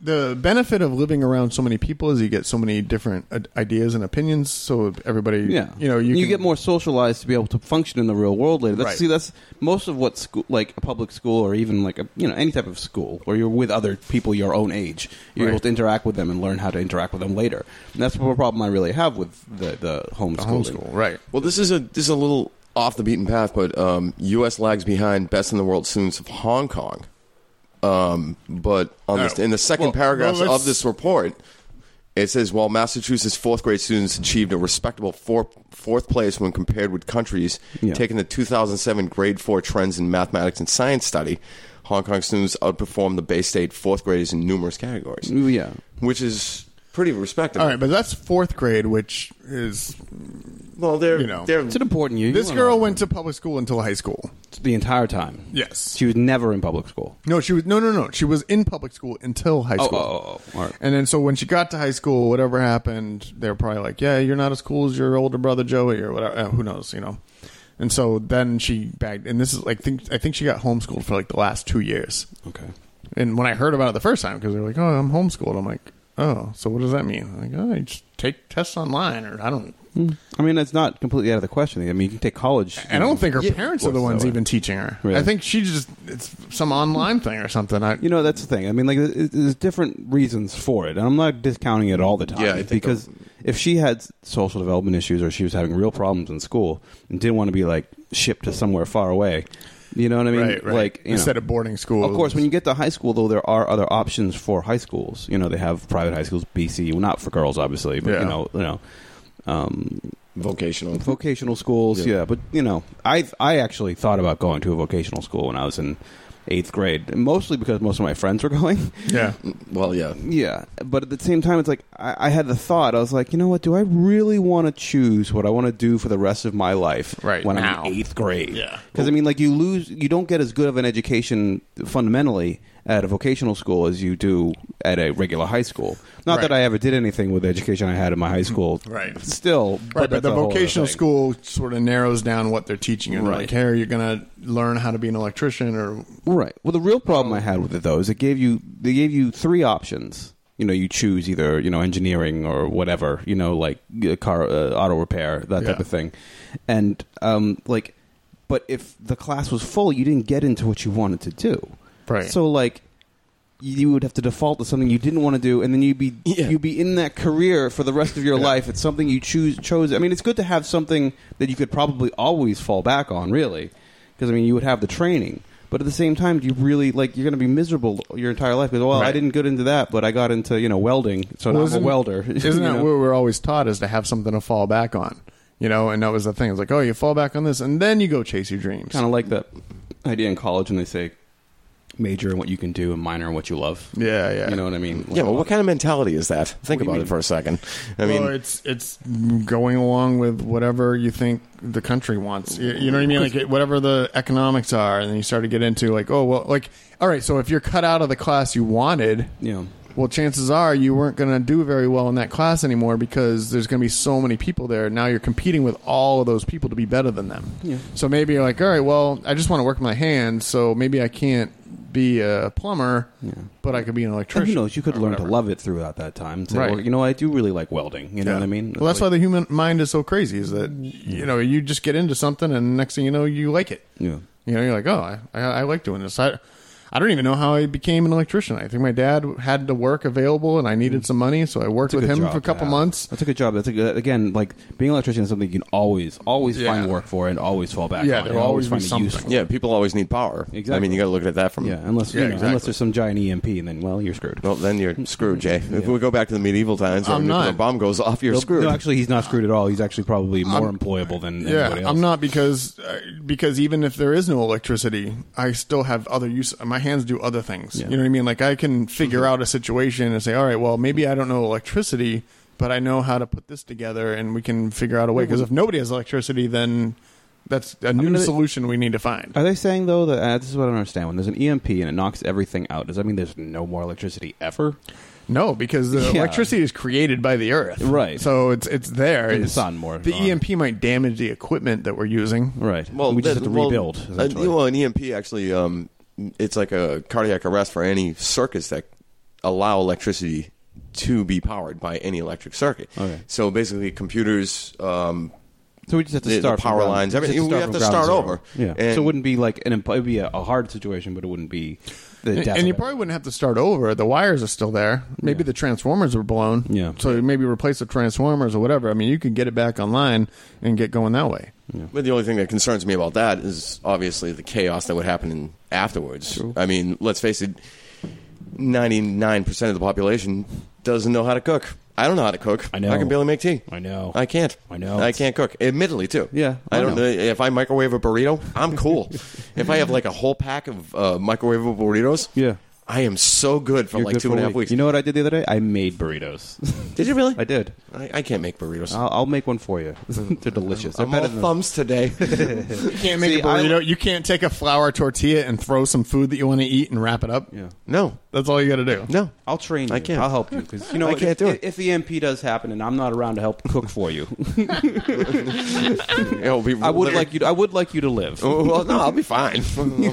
the benefit of living around so many people is you get so many different uh, ideas and opinions. So everybody,
Yeah,
you know, you,
you
can-
get more socialized to be able to function in the real world later. That's,
Right.
See, that's most of what school, like a public school or even like a you know any type of school where you're with other people your own age. You're
Right.
able to interact with them and learn how to interact with them later. And that's the problem I really have with the the homeschooling.
homeschool, right?
Well, this is a this is a little off the beaten path, but um, U.S. lags behind best in the world students of Hong Kong. Um, but on this,
Oh.
in the second
Well,
paragraph
well, let's-
of this report, it says while Massachusetts fourth grade students achieved a respectable four, fourth place when compared with countries
Yeah.
taking the 2007 grade four trends in mathematics and science study, Hong Kong students outperformed the Bay State fourth graders in numerous categories,
Ooh, yeah.
which is pretty respectable.
All right, but that's fourth grade, which is
Well, they're
You know.
they're
It's an important year. You
this
wanna-
girl went to public school until high school.
the entire time.
Yes.
She was never in public school.
No, she was no, no, no. She was in public school until high school.
oh, oh, all right.
And then so when she got to high school, whatever happened, they were probably like, "Yeah, you're not as cool as your older brother Joey or whatever." Uh, who knows, you know? And so then she bagged, and this is like think I think she got homeschooled for like the last two years.
Okay.
And when I heard about it the first time, because they were like, "Oh, I'm homeschooled," I'm like, "Oh, so what does that mean?" I'm like, "Oh, I just take tests online, or I don't,
I mean, it's not completely out of the question. I mean, you can take college.
I don't think her
Yeah, of
parents are the
course,
ones
though.
even teaching her.
Really?
I think she just it's some online thing or something. I,
You know, that's the thing. I mean, like, it- it- there's different reasons for it, and I'm not discounting it all the time.
Yeah, I think
because
the-
if she had social development issues or she was having real problems in school and didn't want to be like shipped to somewhere far away, you know what I mean?
Right, right.
Like you
Instead
know.
of boarding school,
Of course, when you get to high school, though, there are other options for high schools. You know, they have private high schools, BC, well, not for girls, obviously, but
Yeah.
you know, you know, um,
Vocational.
vocational schools. Yeah.
Yeah.
but you know, I I actually thought about going to a vocational school when I was in eighth grade, mostly because most of my friends were *laughs* going.
yeah,
Well, yeah.
yeah, but at the same time, it's like I, I had the thought. I was like, you know what? Do I really want to choose what I want to do for the rest of my life?
Right,
when
now.
I'm in eighth grade.
Yeah.
because I mean, like you lose, you don't get as good of an education fundamentally at a vocational school as you do at a regular high school. Not
Right.
that I ever did anything with the education I had in my high school.
Right.
Still,
right. But
that's
the
a whole other
vocational
thing.
school sort of narrows down what they're teaching you. They're
Right.
Like here, you're gonna learn how to be an electrician,
*laughs*
or
Right. Well, the real problem I had with it though is it gave you they gave you three options. You know, you choose either you know engineering or whatever. You know, like uh, car uh, auto repair that type
Yeah.
of thing, and um like, but if the class was full, you didn't get into what you wanted to do.
Right.
So like. You would have to default to something you didn't want to do, and then you'd be
Yeah.
you'd be in that career for the rest of your life. It's something you choose chose. I mean, it's good to have something that you could probably always fall back on, really, because I mean, you would have the training. But at the same time, do you really like you're going to be miserable your entire life because well, I
Right.
didn't get into that, but I got into you know welding, so now I'm a
isn't-
welder. *laughs* you
Isn't that
know?
what we're always taught is to have something to fall back on? You know, and that was the thing. It's like, oh, you fall back on this, and then you go chase your dreams.
kind of like that idea in college when they say major in what you can do and minor in what you love?
yeah, yeah.
You know what I mean?
Yeah, well, what kind of mentality is that? Think
What do you
about
mean?
it for a second. I mean,
well, it's it's going along with whatever you think the country wants. You, you know what I mean? Like it- whatever the economics are, and then you start to get into like, oh well, like all right. So if you're cut out of the class you wanted,
Yeah.
well, chances are you weren't going to do very well in that class anymore because there's going to be so many people there. Now you're competing with all of those people to be better than them.
Yeah.
So maybe you're like, all right, well, I just want to work my hands, so maybe I can't be a plumber, but I could be an
And
electrician.
who knows? You could
or
learn
whatever.
to love it throughout that time. and Say,
Right.
well, you know, I do really like welding. You know what I mean?
Well, that's
Like-
why the human mind is so crazy is that you know you just get into something and next thing you know you like it.
Yeah.
You know, you're like, oh, I, I, I like doing this. I, I don't even know how I became an electrician. I think my dad had the work available and I needed some money, so I worked
Mm. It's a
with
good
him
job
for a
to
couple
have.
months.
That's a good job. That's a good, again, like being an electrician is something you can always, always
Yeah.
find work for and always fall back
Yeah,
on.
there'll
and
always be
find
something.
it useful.
yeah, people always need power. I
Exactly.
mean, you got to look at that from.
Yeah, unless you
Yeah,
know,
exactly.
unless there's some giant EMP, and then well, you're screwed.
Well, then
*laughs*
you're screwed, Jay. If we go back to the medieval times, where
I'm
a nuclear
not.
bomb goes off, you're
No,
screwed.
No, actually, he's not screwed at all. He's actually probably more employable than than
Yeah,
anybody else.
I'm not because uh, because even if there is no electricity, I still have other use. My hands do other things.
Yeah. Mm-hmm.
You know what I mean? Like I can figure out a situation and say, all right, well, maybe I don't know electricity, but I know how to put this together, and we can figure out a way. Because if nobody has electricity, then that's a new
Mm-hmm. gonna-
solution we need to find.
Are they saying though that uh, this is what I don't understand? When there's an EMP and it knocks everything out, does that mean there's no more electricity ever?
No, because the
Yeah.
electricity is created by the earth,
Right.
So it's it's there.
In the
It's-
sun more.
The EMP might damage the equipment that we're using.
Right.
well,
we just
that-
have to
well,
rebuild.
uh,
essentially.
well, an EMP actually, um, it's like a cardiac arrest for any circuits that allow electricity to be powered by any electric circuit.
Okay.
So basically, computers, um,
so we just have to
the- the
start from
power
ground-
lines,
we just
everything- we have to
from ground
start
zero.
over.
Yeah.
And-
so it wouldn't be like an imp- it would be a, a hard situation, but it wouldn't be the
And-
death.
And
of
you
it.
probably wouldn't have to start over. The wires are still there. Maybe the transformers were blown.
Yeah.
So maybe replace the transformers or whatever. I mean, you could get it back online and get going that way.
But the only thing that concerns me about that is obviously the chaos that would happen in afterwards. I mean, let's face it, 99% of the population doesn't know how to cook. I don't know how to cook.
I know.
I can barely make tea.
I know.
I can't.
I know.
I can't cook. Admittedly, too.
Yeah,
I,
I
don't know.
know.
If I microwave a burrito, I'm
*laughs*
cool. if I have like a whole pack of uh, microwavable burritos,
Yeah.
I am so good for
You're
like
good
two
for
and a
a
half
week.
weeks.
You know what I did the other day? I
*laughs*
made burritos.
did you really?
I Ah, did.
I, I can't make burritos.
I'll, I'll make one for you. They're delicious. They're
*laughs* I'm all
better than
thumbs today.
You can't make
See,
a burrito.
I-
you can't take a flour tortilla and throw some food that you want to eat and wrap it up.
yeah.
*laughs* no,
That's all you got to do.
*laughs*
no.
I'll train you.
I can't.
I'll help you because you know
I
if-
can't do
if,
it.
If the MP does happen and I'm not around to help cook
*laughs*
for you,
It'll be
I would
literally-
like you. To, I would like you to live.
Oh, well, no, I'll be fine.
*laughs*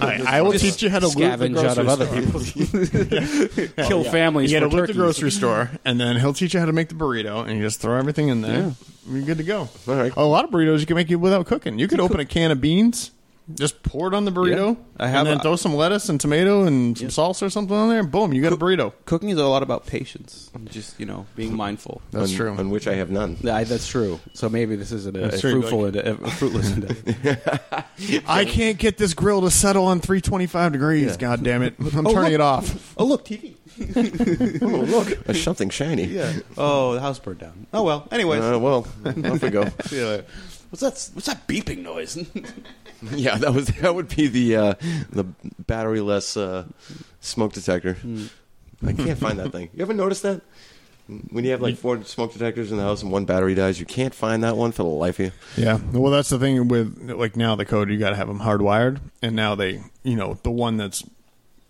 I, I will teach you how to loot the
Scavenge out
grocery
of other
store.
*laughs*
people. *laughs* Kill families.
You got to
for
loot the
turkeys.
grocery store, and then he'll teach you how to make the burrito, and you just throw everything in there. You're good to go.
All right.
A lot of burritos you can make you without cooking. You could open a can of beans Just pour it on the burrito.
Yeah, I have
and then
a-
throw some lettuce and tomato and some salsa or something on there. Boom, you got a burrito.
Cooking is a lot about patience, and just you know, being mindful.
That's
on,
true.
On which I
*laughs*
have none.
Yeah, I, that's true. So maybe this isn't a, a
That's true,
fruitful, ende- a fruitless
*laughs*
endeavor.
*laughs*
I can't get this grill to settle on 325 degrees. God damn
*laughs*
it. I'm turning it off.
Oh look, *laughs* TV.
Oh, look, there's something shiny.
Yeah. Oh, the house burned down. Oh well. Anyways,
Uh,
*laughs*
well, off we go.
what's that? What's that beeping noise? *laughs*
yeah, that was that would be the uh, the batteryless uh, smoke detector.
Hmm.
I can't find that thing. You ever notice that when you have like four smoke detectors in the house and one battery dies, you can't find that one for the life of you.
Yeah. Well, that's the thing with like now the code, you got to have them hardwired. And now they, you know, the one that's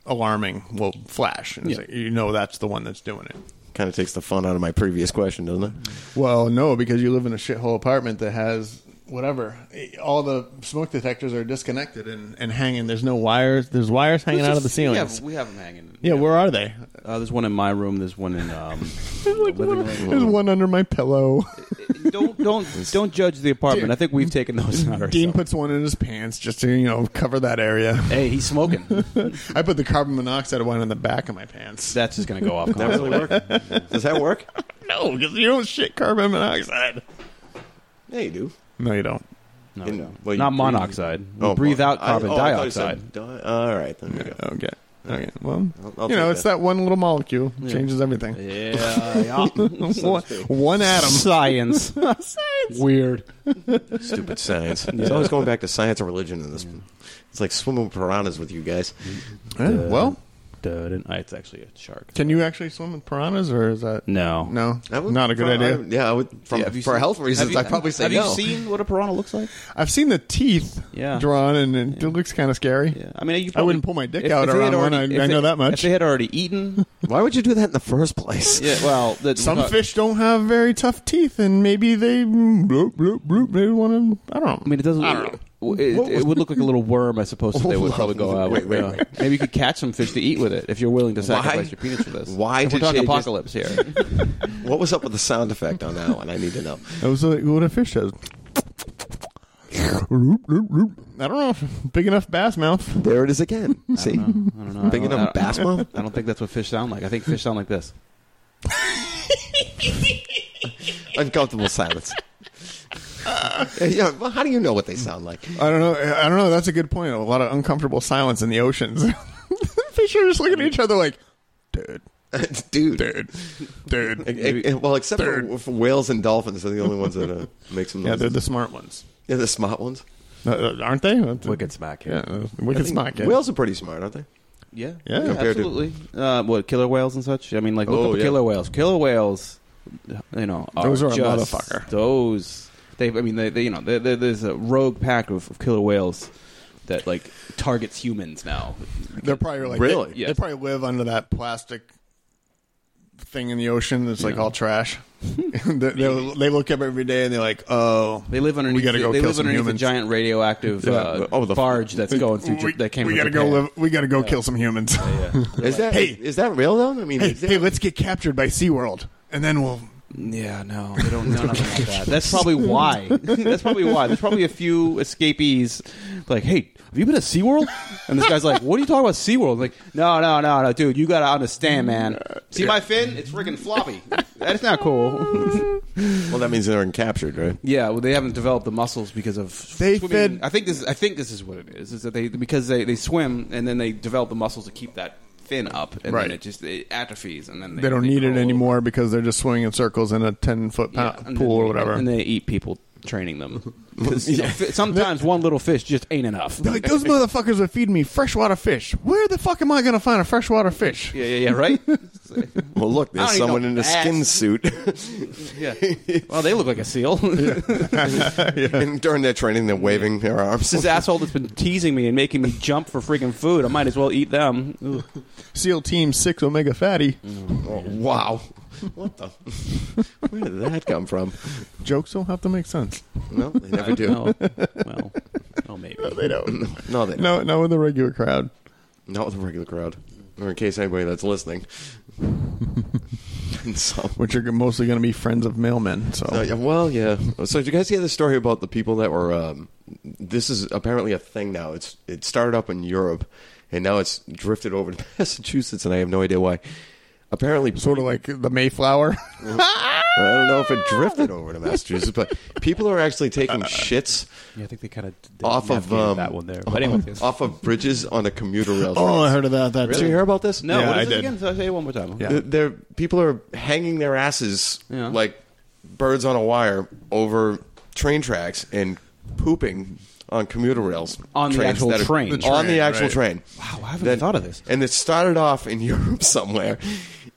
alarming will flash. And it's
Yeah.
like, you know, that's the one that's doing it.
Kind of takes the fun out of my previous question, doesn't it?
Well, no, because you live in a shithole apartment that has whatever. All the smoke detectors are disconnected and, and hanging. There's no wires. There's wires hanging out of the
We
ceilings.
have, we have them hanging.
Yeah, where are they?
Uh, there's one in my room. There's one in. Um, the living room.
There's one under my pillow.
don't don't don't judge the apartment. I think we've taken those out ourselves.
Dean puts one in his pants just to, you know, cover that area. *laughs*
hey, he's smoking.
I put the carbon monoxide one in the back of my pants.
That's just gonna go off.
That really work?
*laughs*
Does that work?
No, because you don't shit carbon monoxide.
Yeah, you do.
No, you don't.
No,
In-
no.
well, you
not
breathe-
monoxide. We breathe
mon-
out carbon
I, oh, I thought you
dioxide.
said di- all right, then we go.
Okay. Okay. Well,
I'll- I'll
you know,
take
it's
that.
that. one little molecule changes everything.
Yeah, yeah.
*laughs* one, one
*laughs*
atom.
science. Weird.
*laughs*
Stupid science. It's always going back to science and religion in this. It's like swimming with piranhas with you guys.
Yeah, well,
Dun- Ah, it's actually a shark.
can you actually swim with piranhas, or is that
No,
no?
I would-
Not a good
I-
idea.
yeah, I would from,
Yeah, have
for
you seen-
health
have
reasons.
you-
I'd probably say
Have
no.
you seen what a piranha looks like?
I've seen the teeth
Yeah.
drawn, and it looks kind of scary.
Yeah, I mean, you
I
probably,
wouldn't pull my dick
if-
out
if they had
around one. I,
already- if
I
they-
know that
If
much.
they had already eaten,
Why would you do that in the first place?
*laughs*
yeah. Well, that-
Some fish don't have very tough teeth, and maybe they mm, bloop bloop bloop. They want to. I don't know.
I mean, it doesn't. It, it, would look like a little worm, I suppose. If they would probably go out.
Wait, wait,
yeah.
wait.
Maybe you could catch some fish to eat with it if you're willing to sacrifice your penis for this.
why
If we're
did
talking
she just-
*laughs*
apocalypse here?
What was up with the sound effect on that one? I need to know.
That was like what a fish does. Roop, roop, roop. I don't know. if- Big enough bass mouth.
There it is again. See,
I don't know.
Thinking
I don't-
of bass
I don't-
mouth?
I don't think that's what fish sound like. I think fish sound like this.
uncomfortable
*laughs*
silence. yeah, well, how do you know what they sound like? *laughs*
I don't know. I don't know. That's a good point. A lot of uncomfortable silence in the oceans. *laughs* Fish are just looking at each other like, dude,
Dude.
dude, dude.
*laughs*
Eh, eh, well, except for, for whales and dolphins are the only ones that uh, make some
Yeah,
noises.
they're the smart ones,
Yeah, the smart ones.
Uh, uh, aren't they?
Wicked smack here.
Yeah, uh,
I
wicked
think
smart. yeah.
Whales are pretty smart, aren't they?
Yeah,
Yeah.
Compared to-
absolutely. Uh, what killer whales and such? I mean, like look
Oh,
up
yeah.
killer whales. Killer whales, you know, are
Those are a
just
motherfucker.
Those they, I mean, they, they you know, they, they, there's a rogue pack of, of killer whales that like targets humans now.
They're probably like
Really?
They,
Yes.
they probably live under that plastic thing in the ocean that's like all *laughs* trash. they, they, they look up every day and they're like, oh,
They live underneath.
We gotta go
they
kill
live
some
underneath
humans.
a giant radioactive uh,
but- oh, the-
barge that's going through.
we,
Ja- that came.
we
from
gotta
Japan.
go. Live, we gotta go kill some humans.
Is that
Hey.
is that real though? I mean,
hey,
is that-
hey, let's get captured by SeaWorld, and then we'll.
Yeah, no, they don't know nothing like that. That's
*laughs*
probably why. That's probably why. There's probably a few escapees like, hey, have you been to SeaWorld? And this guy's like, what are you talking about SeaWorld? I'm like, no, no, no, no, dude, you got to understand, man. See my fin? It's friggin' floppy. That's
*laughs*
not cool.
well, that means they're captured, right?
yeah, well, they haven't developed the muscles because of
They
swimming.
fed-
I think this. I think this is what it is. Is that they because they, they swim and then they develop the muscles to keep that fin up, and
Right.
then it just it atrophies, and then they,
They don't need it
crawl over.
anymore because they're just swimming in circles in a ten foot
Yeah,
pound
and
pool
then-
or whatever.
And they eat people
*laughs*
training them. 'Cause, you know, fi- sometimes one little fish just ain't enough.
they're like, those motherfuckers are feeding me freshwater fish. Where the fuck am I gonna find a freshwater fish?
Yeah, yeah,
*laughs*
yeah, right?
Well, look,
I
there's
don't even
someone
know
in a
that.
skin suit. *laughs*
yeah. Well, they look like a seal.
and during their training, they're waving their arms.
*laughs* this asshole that's been teasing me and making me jump for freaking food, I might as well eat them. Ugh.
Seal Team Six Omega Fatty.
Oh, wow. What the? *laughs* Where did that come from?
Jokes don't have to make sense.
No, they never do.
No. Well, oh, maybe.
They don't.
No, they
*laughs*
don't.
no, no, in the regular crowd.
Not with the regular crowd. Or in case anybody that's
*laughs*
listening. And so,
which are mostly going to be friends of mailmen. So
Oh, uh, yeah, well, yeah. So, did you guys hear the story about the people that were um, this is apparently a thing now. It's it started up in Europe, and now it's drifted over to *laughs* Massachusetts, and I have no idea why. Apparently,
Sort of like the Mayflower. *laughs*
I don't know if it drifted over to Massachusetts, but people are actually
*laughs*
taking shits
Yeah, I think they kind of
off of um,
that one there. But
*laughs*
anyway,
off of bridges on the commuter rail.
Oh,
Oh,
heard of that. That
Did you hear about this?
No,
Yeah,
what
I
is it
did.
again? So say it one more time.
Yeah.
Th- They're, people are hanging their asses
Yeah.
like birds on a wire over train tracks and pooping on commuter rails
On the
Trains
actual
that
train. The
on the
train,
actual
right.
train.
Wow, I haven't
Then-
thought of this.
And it started off in *laughs* Europe somewhere.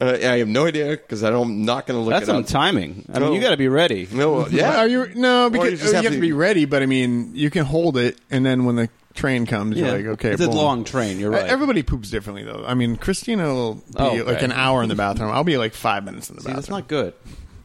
Uh, I have no idea because I'm not going to look
That's
it
some
up.
timing. I mean,
No.
you got to be ready.
no, uh, yeah.
Are you no? Because
you
you,
just have
have,
to-
to be ready. But I mean, you can hold it, and then when the train comes,
Yeah.
you're like, okay,
it's a
boom.
long train. You're
Uh,
right.
Everybody poops differently, though. I mean, Christina will be
Oh,
like
right.
an hour in the bathroom. I'll be like five minutes in the
See,
bathroom.
that's not good.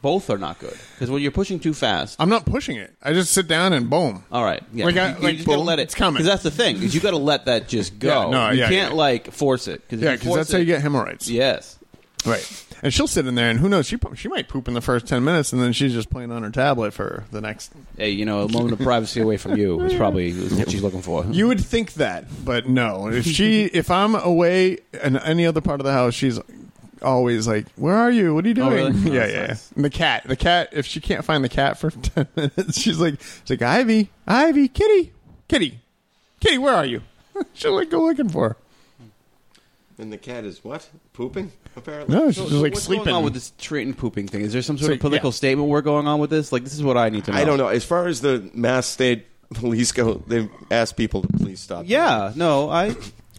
Both are not good because when you're pushing too fast.
I'm not pushing it. I just sit down and boom.
all right, yeah,
Like, I-
you, you
like,
just gotta
boom,
let it.
it's coming.
Because that's the thing is you gotta let that just go.
Yeah, no,
you
yeah,
can't
yeah.
like force it. Cause if
Yeah,
you
because
force
that's how
it-
you get hemorrhoids.
Yes.
Right. And she'll sit in there, and who knows? She po- she might poop in the first ten minutes, and then she's just playing on her tablet for the next.
Hey, you know, a moment of privacy away from you is probably what she's looking for.
You would think that, but no. If
*laughs*
she, if I'm away in any other part of the house, she's always like, "Where are you? What are you doing?"
Oh, really?
yeah,
That's
yeah.
nice.
And the cat, the cat. If she can't find the cat for *laughs* ten minutes, she's like, "She's like Ivy, Ivy, Kitty, Kitty, Kitty, where are you?" *laughs* She'll like go looking for. her.
and the cat is what? Pooping, apparently.
No, she's just like
What's
sleeping.
going on with this treat and pooping thing? Is there some sort
So,
of political
yeah.
statement we're going on with this? Like, this is what I need to know.
I don't know. As far as the Mass State Police go, they've asked people to please stop.
Yeah, no, I,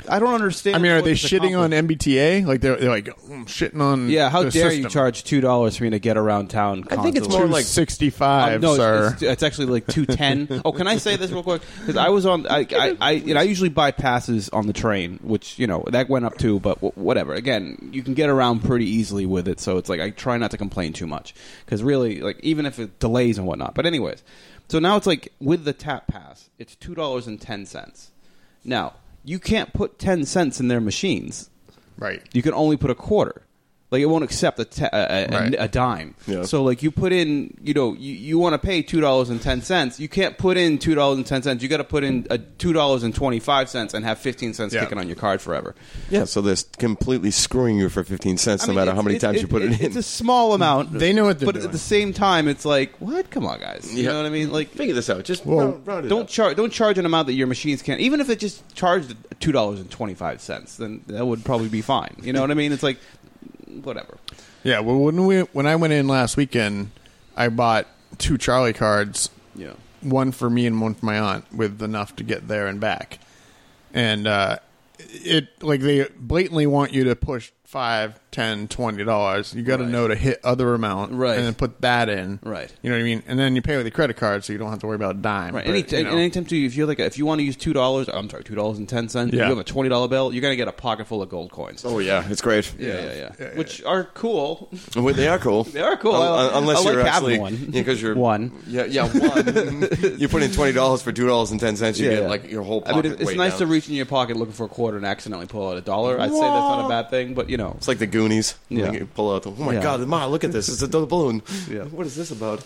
I don't understand.
I mean, are
what
they
is
shitting on
accomplished.
MBTA? Like they're, they're like "Mm, shitting on.
Yeah, how
the
dare you
system."
charge two dollars for me to get around town?
I think it's
constantly?
more
Two
like-
sixty-five,
Um, no,
sir.
it's, it's, it's actually like two ten. oh, can I say this real quick? Because I was on, I, I, I, and I usually buy passes on the train, which you know that went up too. But w- whatever. Again, you can get around pretty easily with it, so it's like I try not to complain too much. Because really, like even if it delays and whatnot. But anyways, so now it's like with the tap pass, it's two dollars and ten cents. Now you can't put ten cents in their machines
right.
you can only put a quarter. Like it won't accept a, te- a, a,
Right.
a dime.
Yeah.
So like you put in, you know, you, you want to pay two dollars and ten cents. You can't put in two dollars and ten cents. You got to put in a two dollars and twenty five cents and have fifteen cents
Yeah.
kicking on your card forever.
Yeah, so they're completely screwing you for 15 cents
I
no
mean,
matter
it's-
how many
it's-
times you put it, in.
It's a small amount.
They know what they're
but
doing.
at the same time, it's like what? Come on, guys. You
Yeah.
know what I mean? Like
Figure this out. Just
Well,
round, round it
don't
up.
charge don't charge an amount that your machines can't even if it just charged two dollars and twenty five cents then that would probably be fine you know what i mean it's like whatever
Yeah. Well, when we when I went in last weekend, I bought two Charlie cards,
yeah
one for me and one for my aunt, with enough to get there and back. And uh, it like they blatantly want you to push five, ten, twenty dollars. You got to
Right.
know to hit other amount,
Right.
And then put that in,
Right.
You know what I mean? And then you pay with a credit card, so you don't have to worry about a dime.
Right.
But,
Any,
you know.
anytime too, if you're like, if you want to use two dollars, I'm sorry, two dollars and ten cents.
Yeah.
You have a twenty dollar bill. You're gonna get a pocket full of gold coins.
Oh, yeah, it's great.
yeah, yeah, yeah, Which are cool.
Well, they are cool.
They are cool.
Un-
I-
un- unless
I like
you're
having
actually
one.
Yeah, because you're
One.
Yeah, yeah,
*laughs*
one. you put in twenty dollars for two dollars and ten cents. You
Yeah,
get
yeah.
like your whole.
I
Pocket
mean, it- it's
weight
nice
down.
to reach in your pocket looking for a quarter and accidentally pull out a dollar. I'd say that's not a bad thing, but you know,
It's like the Goonies.
Yeah.
Like, you pull out. The, oh my
Yeah.
God, Ma, look at this! It's a double balloon.
Yeah.
What is this about?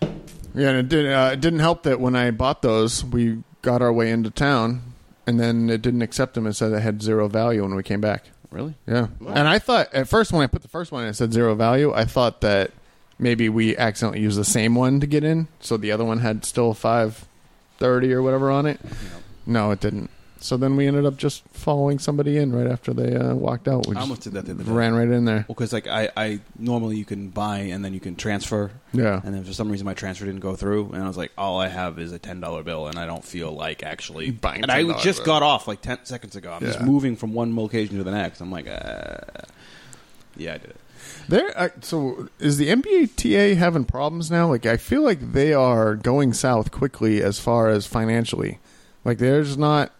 Yeah, and it, did, uh, it didn't help that when I bought those, we got our way into town, and then it didn't accept them and said it had zero value when we came back.
really,
Yeah, and I thought at first when I put the first one, and it said zero value. I thought that maybe we accidentally used the same one to get in, so the other one had still five thirty or whatever on it. No, it didn't. So then we ended up just following somebody in right after they uh, walked out. We
I
just
almost did that the other day.
ran right in there.
Well, because like I, I normally you can buy and then you can transfer.
Yeah.
And then for some reason my transfer didn't go through, and I was like, all I have is a ten dollar bill, and I don't feel like actually
Buying
And I
$10
just
bill.
got off like ten seconds ago. I'm just
Yeah.
moving from one location to the next. I'm like, uh, yeah, I did it.
There, uh, so is the MBTA having problems now? Like, I feel like they are going south quickly as far as financially. Like, they're just not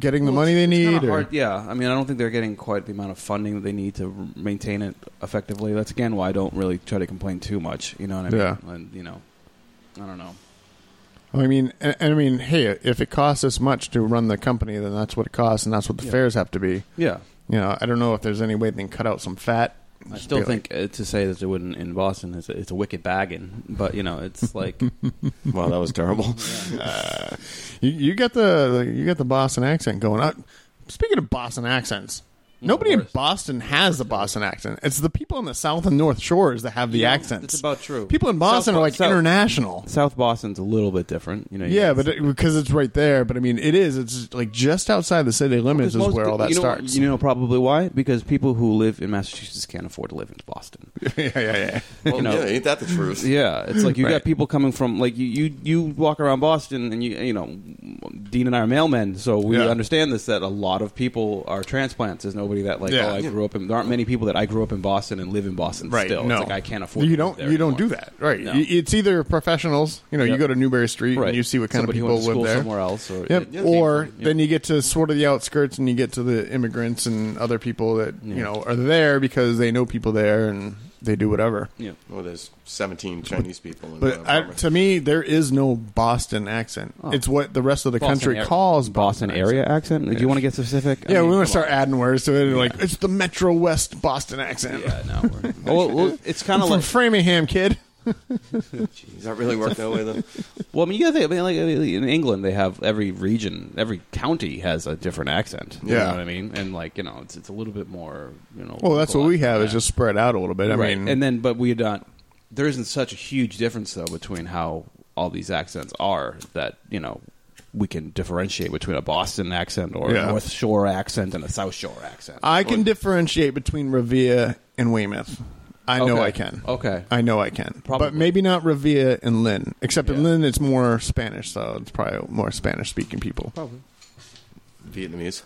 getting the
Well,
money they
it's- it's kinda
need. Or,
hard- yeah, I mean, I don't think they're getting quite the amount of funding that they need to r- maintain it effectively. That's again why I don't really try to complain too much. You know what I mean?
Yeah.
And you know, I don't know.
I mean, and, and I mean, hey, if it costs this much to run the company, then that's what it costs, and that's what the
Yeah.
fares have to be.
Yeah.
You know, I don't know if there's any way they can cut out some fat
I
Just
still
be like-
think uh, to say that they wouldn't in Boston is it's a wicked bagging, but you know it's like
Wow, that was terrible. *laughs*
Uh, You, you got the you got the Boston accent going on. Speaking of Boston accents, nobody in
worst.
Boston has the Boston accent. It's the people on the South and North Shores that have the accents.
it's about true.
People in Boston
South-
are like
South-
international.
South Boston's a little bit different, you know. you
Yeah,
got-
but it, because it's right there. But I mean, it is. It's like just outside the city limits
Because
is
most
where
pe-
all that
you know,
starts.
You know probably why? Because people who live in Massachusetts can't afford to live in Boston.
*laughs* yeah, yeah,
*laughs*
yeah.
Well,
you know,
yeah, ain't that the truth?
*laughs* Yeah, it's like you
Right.
got people coming from like you, you you walk around Boston and you you know Dean and I are mailmen, so we
Yeah.
understand this that a lot of people are transplants. There's nobody that like
Yeah.
oh I grew up in. There aren't many people that I grew up in Boston and live in Boston
Right.
still.
no,
It's like I can't afford.
You
to live
don't.
there
You don't do
anymore.
that. Right.
No.
Y- It's either professionals. You know, you
Yep.
go to Newberry Street
Right.
and you see what kind
Somebody
of
who
people
went to
live
school
there.
somewhere else or-
Yep.
Yeah.
or
Yeah.
then you get to sort of the outskirts and you get to the immigrants and other people that you know are there because they know people there and they do whatever.
Yeah.
Well, there's 17 Chinese people. In
But I, to me, there is no Boston accent. It's what the rest of the
Boston
country
area-
calls
Oh. Boston,
accent.
area accent. Do you want to get specific? I
Yeah,
mean,
we want
come
to start
on.
adding words to it. And Like it's the Metro West Boston accent.
Yeah, no.
*laughs*
we're- well, well, it's kind of
I'm from
like
Framingham, kid.
Does that really work that way, *laughs* though?
Well, I mean, you gotta think, I mean, like in England, they have every region, every county has a different accent. You
Yeah.
know what I mean, and like you know, it's it's a little bit more, you know.
Well, that's what we have.
Yeah.
Is just spread out a little bit. I
right,
mean,
and then but we don't. There isn't such a huge difference though between how all these accents are that you know we can differentiate between a Boston accent or
Yeah.
a North Shore accent and a South Shore accent.
I can differentiate between Revere and Weymouth. I know
Okay.
I can.
Okay.
I know I can.
Probably.
But maybe not Revere and Lynn. Except in
Yeah.
Lynn, it's more Spanish, so it's probably more Spanish speaking people.
Vietnamese.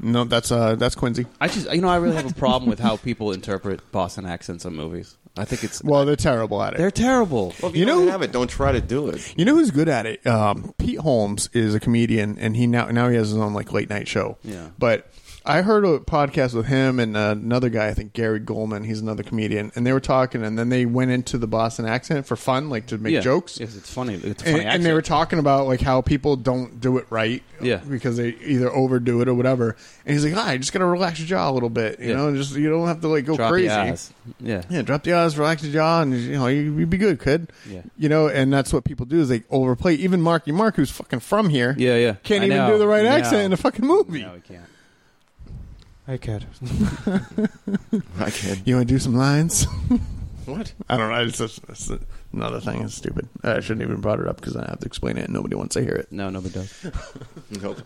No, that's uh, that's Quincy.
I just you know I really have a problem with how people interpret Boston accents on movies. I think it's
Well, they're terrible at it.
they're terrible.
Well, if you,
You
don't
know-
have it, don't try to do it.
You know who's good at it? Um, Pete Holmes is a comedian, and he now now he has his own like late night show.
Yeah.
But I heard a podcast with him and uh, another guy, I think Gary Goldman. He's another comedian, and they were talking, and then they went into the Boston accent for fun, like to make
Yeah.
jokes.
Yes, it's funny. It's a funny
And, and they
accent.
were talking about like how people don't do it right,
Yeah.
because they either overdo it or whatever. And he's like, ah, you just gotta relax your jaw a little bit, you
Yeah.
know, and just you don't have to like go
Drop
crazy.
your eyes. Yeah.
Yeah, drop the eyes, relax the jaw, and you know you, you'd be good, kid.
Yeah.
You know, and that's what people do is they overplay. Even Marky Mark, who's fucking from here,
Yeah, yeah.
can't
I
even
know.
do the right
No.
accent in a fucking movie.
No, we can't.
I can't.
I can.
You want to do some lines? *laughs*
What?
I don't know. It's, just, it's another thing. It's stupid. I shouldn't even brought it up because I have to explain it, and nobody wants to hear it.
No, nobody does.
Nope.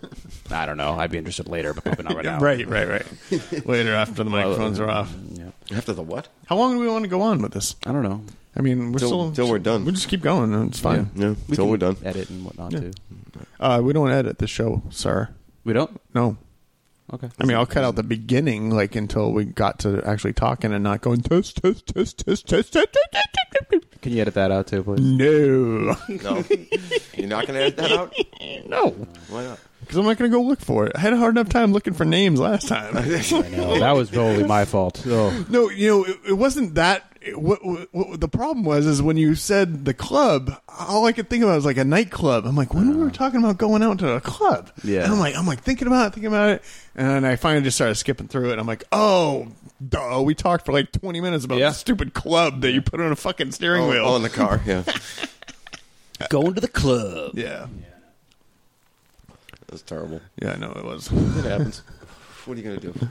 I don't know. I'd be interested later, but probably not
*laughs*
right now. uh,
Right, right,
*laughs*
right. Later, after the microphones are off.
Yeah.
After the what?
How long do we want to go on with this?
I don't know.
I mean, we're
Till-
still
till we're done.
We'll just keep going. and It's fine.
Yeah,
We
till
can
we're done.
Edit and whatnot too.
Uh, we don't edit the show, sir.
We don't.
No,
Okay.
I mean, I'll cut out the beginning, like until we got to actually talking and not going toast, toast, toast, toast, toast, toast, toast, toast, toast, toast.
Can you edit that out
*laughs*
too, please?
No,
No. You're not going to edit that out?
*laughs* no,
Why *laughs* not?
because I'm not going to go look for it. I had a hard enough time looking for names last time.
No, that was probably my fault. Oh.
*laughs* no, you know, it, it wasn't that. it- what, what, what the problem was is when you said the club, all I could think about was like a nightclub. I'm like, when we were talking about going out to a club,
Yeah.
And I'm like, I'm like thinking about it, thinking about it, and I finally just started skipping through it. I'm like, oh, duh, we talked for like 20 minutes about
Yeah.
the stupid club that you put on a fucking steering
Oh,
wheel.
oh, in the car, *laughs* yeah. That
Going to the club.
yeah,
was terrible.
yeah, I know it
*laughs*
was.
It happens. What are you going to do?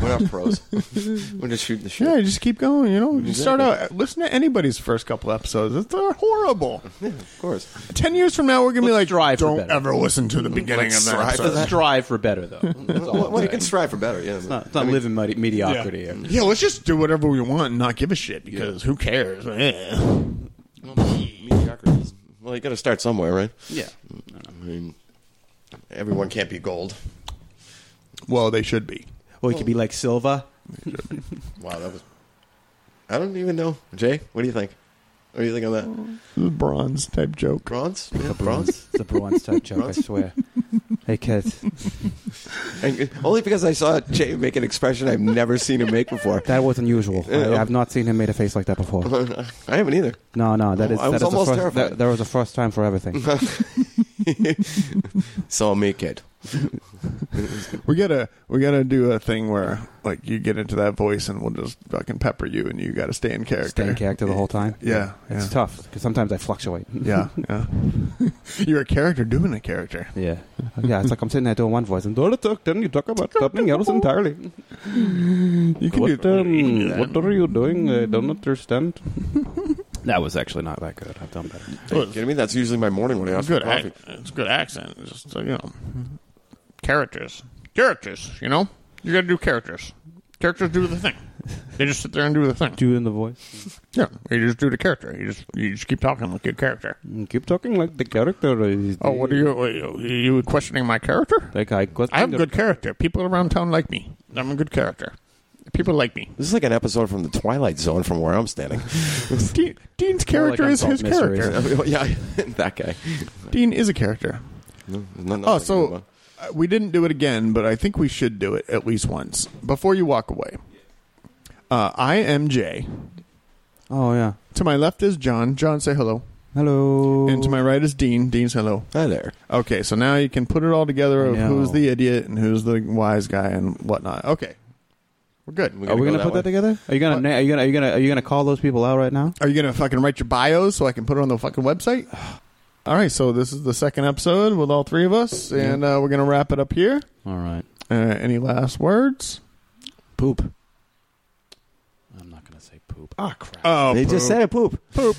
We're not *laughs* pros. We're just shooting the shit.
Yeah, you just keep going. You know, You start out. Listen to anybody's first couple episodes; It's- they're horrible.
Of course.
Ten years from now, we're gonna be like,
strive for
don't
better."
ever listen to the beginning of that.
strive for
episode."
Strive for better though. That's all
Well, well,
I'm
you
saying.
can strive for better, yeah.
It's not, it's not living medi- mediocrity.
Yeah. Yeah, let's just do whatever we want and not give a shit because who cares? Eh.
mediocrity. is- Well, you got to start somewhere, right?
Yeah.
I mean, everyone can't be gold.
Well, they should be.
Or you could be like Silva.
Wow, that was. I don't even know, Jay. What do you think? What do you think on that?
This is bronze type joke.
Bronze, yeah, bronze.
It's a bronze type joke, I swear.
Hey, kids.
And only because I saw Jay make an expression I've never seen him make before.
That was unusual.
Uh,
I,
um,
Yeah.
I've not seen him made a face like that before.
*laughs* I haven't either.
No, no, that is.
I was
that is the
almost
first,
terrified.
*laughs*
that- there was a first time for everything.
so I'll make it.
We gotta we gotta do a thing where like you get into that voice and we'll just fucking pepper you and you gotta stay in character.
Stay in character the whole time.
Yeah,
It's
yeah.
tough because sometimes I fluctuate.
Yeah, yeah. *laughs* You're a character doing a character.
Yeah. yeah, it's like I'm sitting there doing one voice and don't talk, then you talk about something else entirely.
You can
What,
do
um, what are you doing? I don't understand.
That was actually not that good. I've done better.
Hey, you know what I mean? That's usually my morning when I ask for
good.
coffee.
ac it's good accent. It's just you know, characters, characters. You know, you got to do characters. Characters do the thing. They just sit there and do the thing.
Doing the voice.
Yeah, you just do the character. You just you just keep talking like your character.
Keep talking like the character is.
Oh, what are you? What are you, are you questioning my character?
Like I, got
I have good character. People around town like me. I'm a good character. People like me.
This is like an episode from the Twilight Zone from where I'm *laughs* standing.
Dean, Dean's character is his
Unsolved Mysteries.
character.
Oh, yeah, *laughs* that guy.
Dean is a character.
No, there's nothing
Oh,
else I can do
so
about-
uh, we didn't do it again, but I think we should do it at least once before you walk away. Uh, I am Jay.
Oh yeah.
To my left is John. John, say hello.
Hello.
And to my right is Dean. Dean's hello.
Hi there.
Okay, so now you can put it all together of
No.
who's the idiot and who's the wise guy and whatnot. Okay, we're good.
are we
go
gonna put that
way?
together? Are you gonna? na- Are you gonna? Are you gonna? Are you gonna call those people out right now?
Are you gonna fucking write your bios so I can put it on the fucking
*sighs*
website? All right, so this is the second episode with all three of us, and uh, we're gonna wrap it up here.
All right.
Uh, any last words?
Poop.
I'm not going to say poop.
Oh,
Oh, They just said poop.
poop.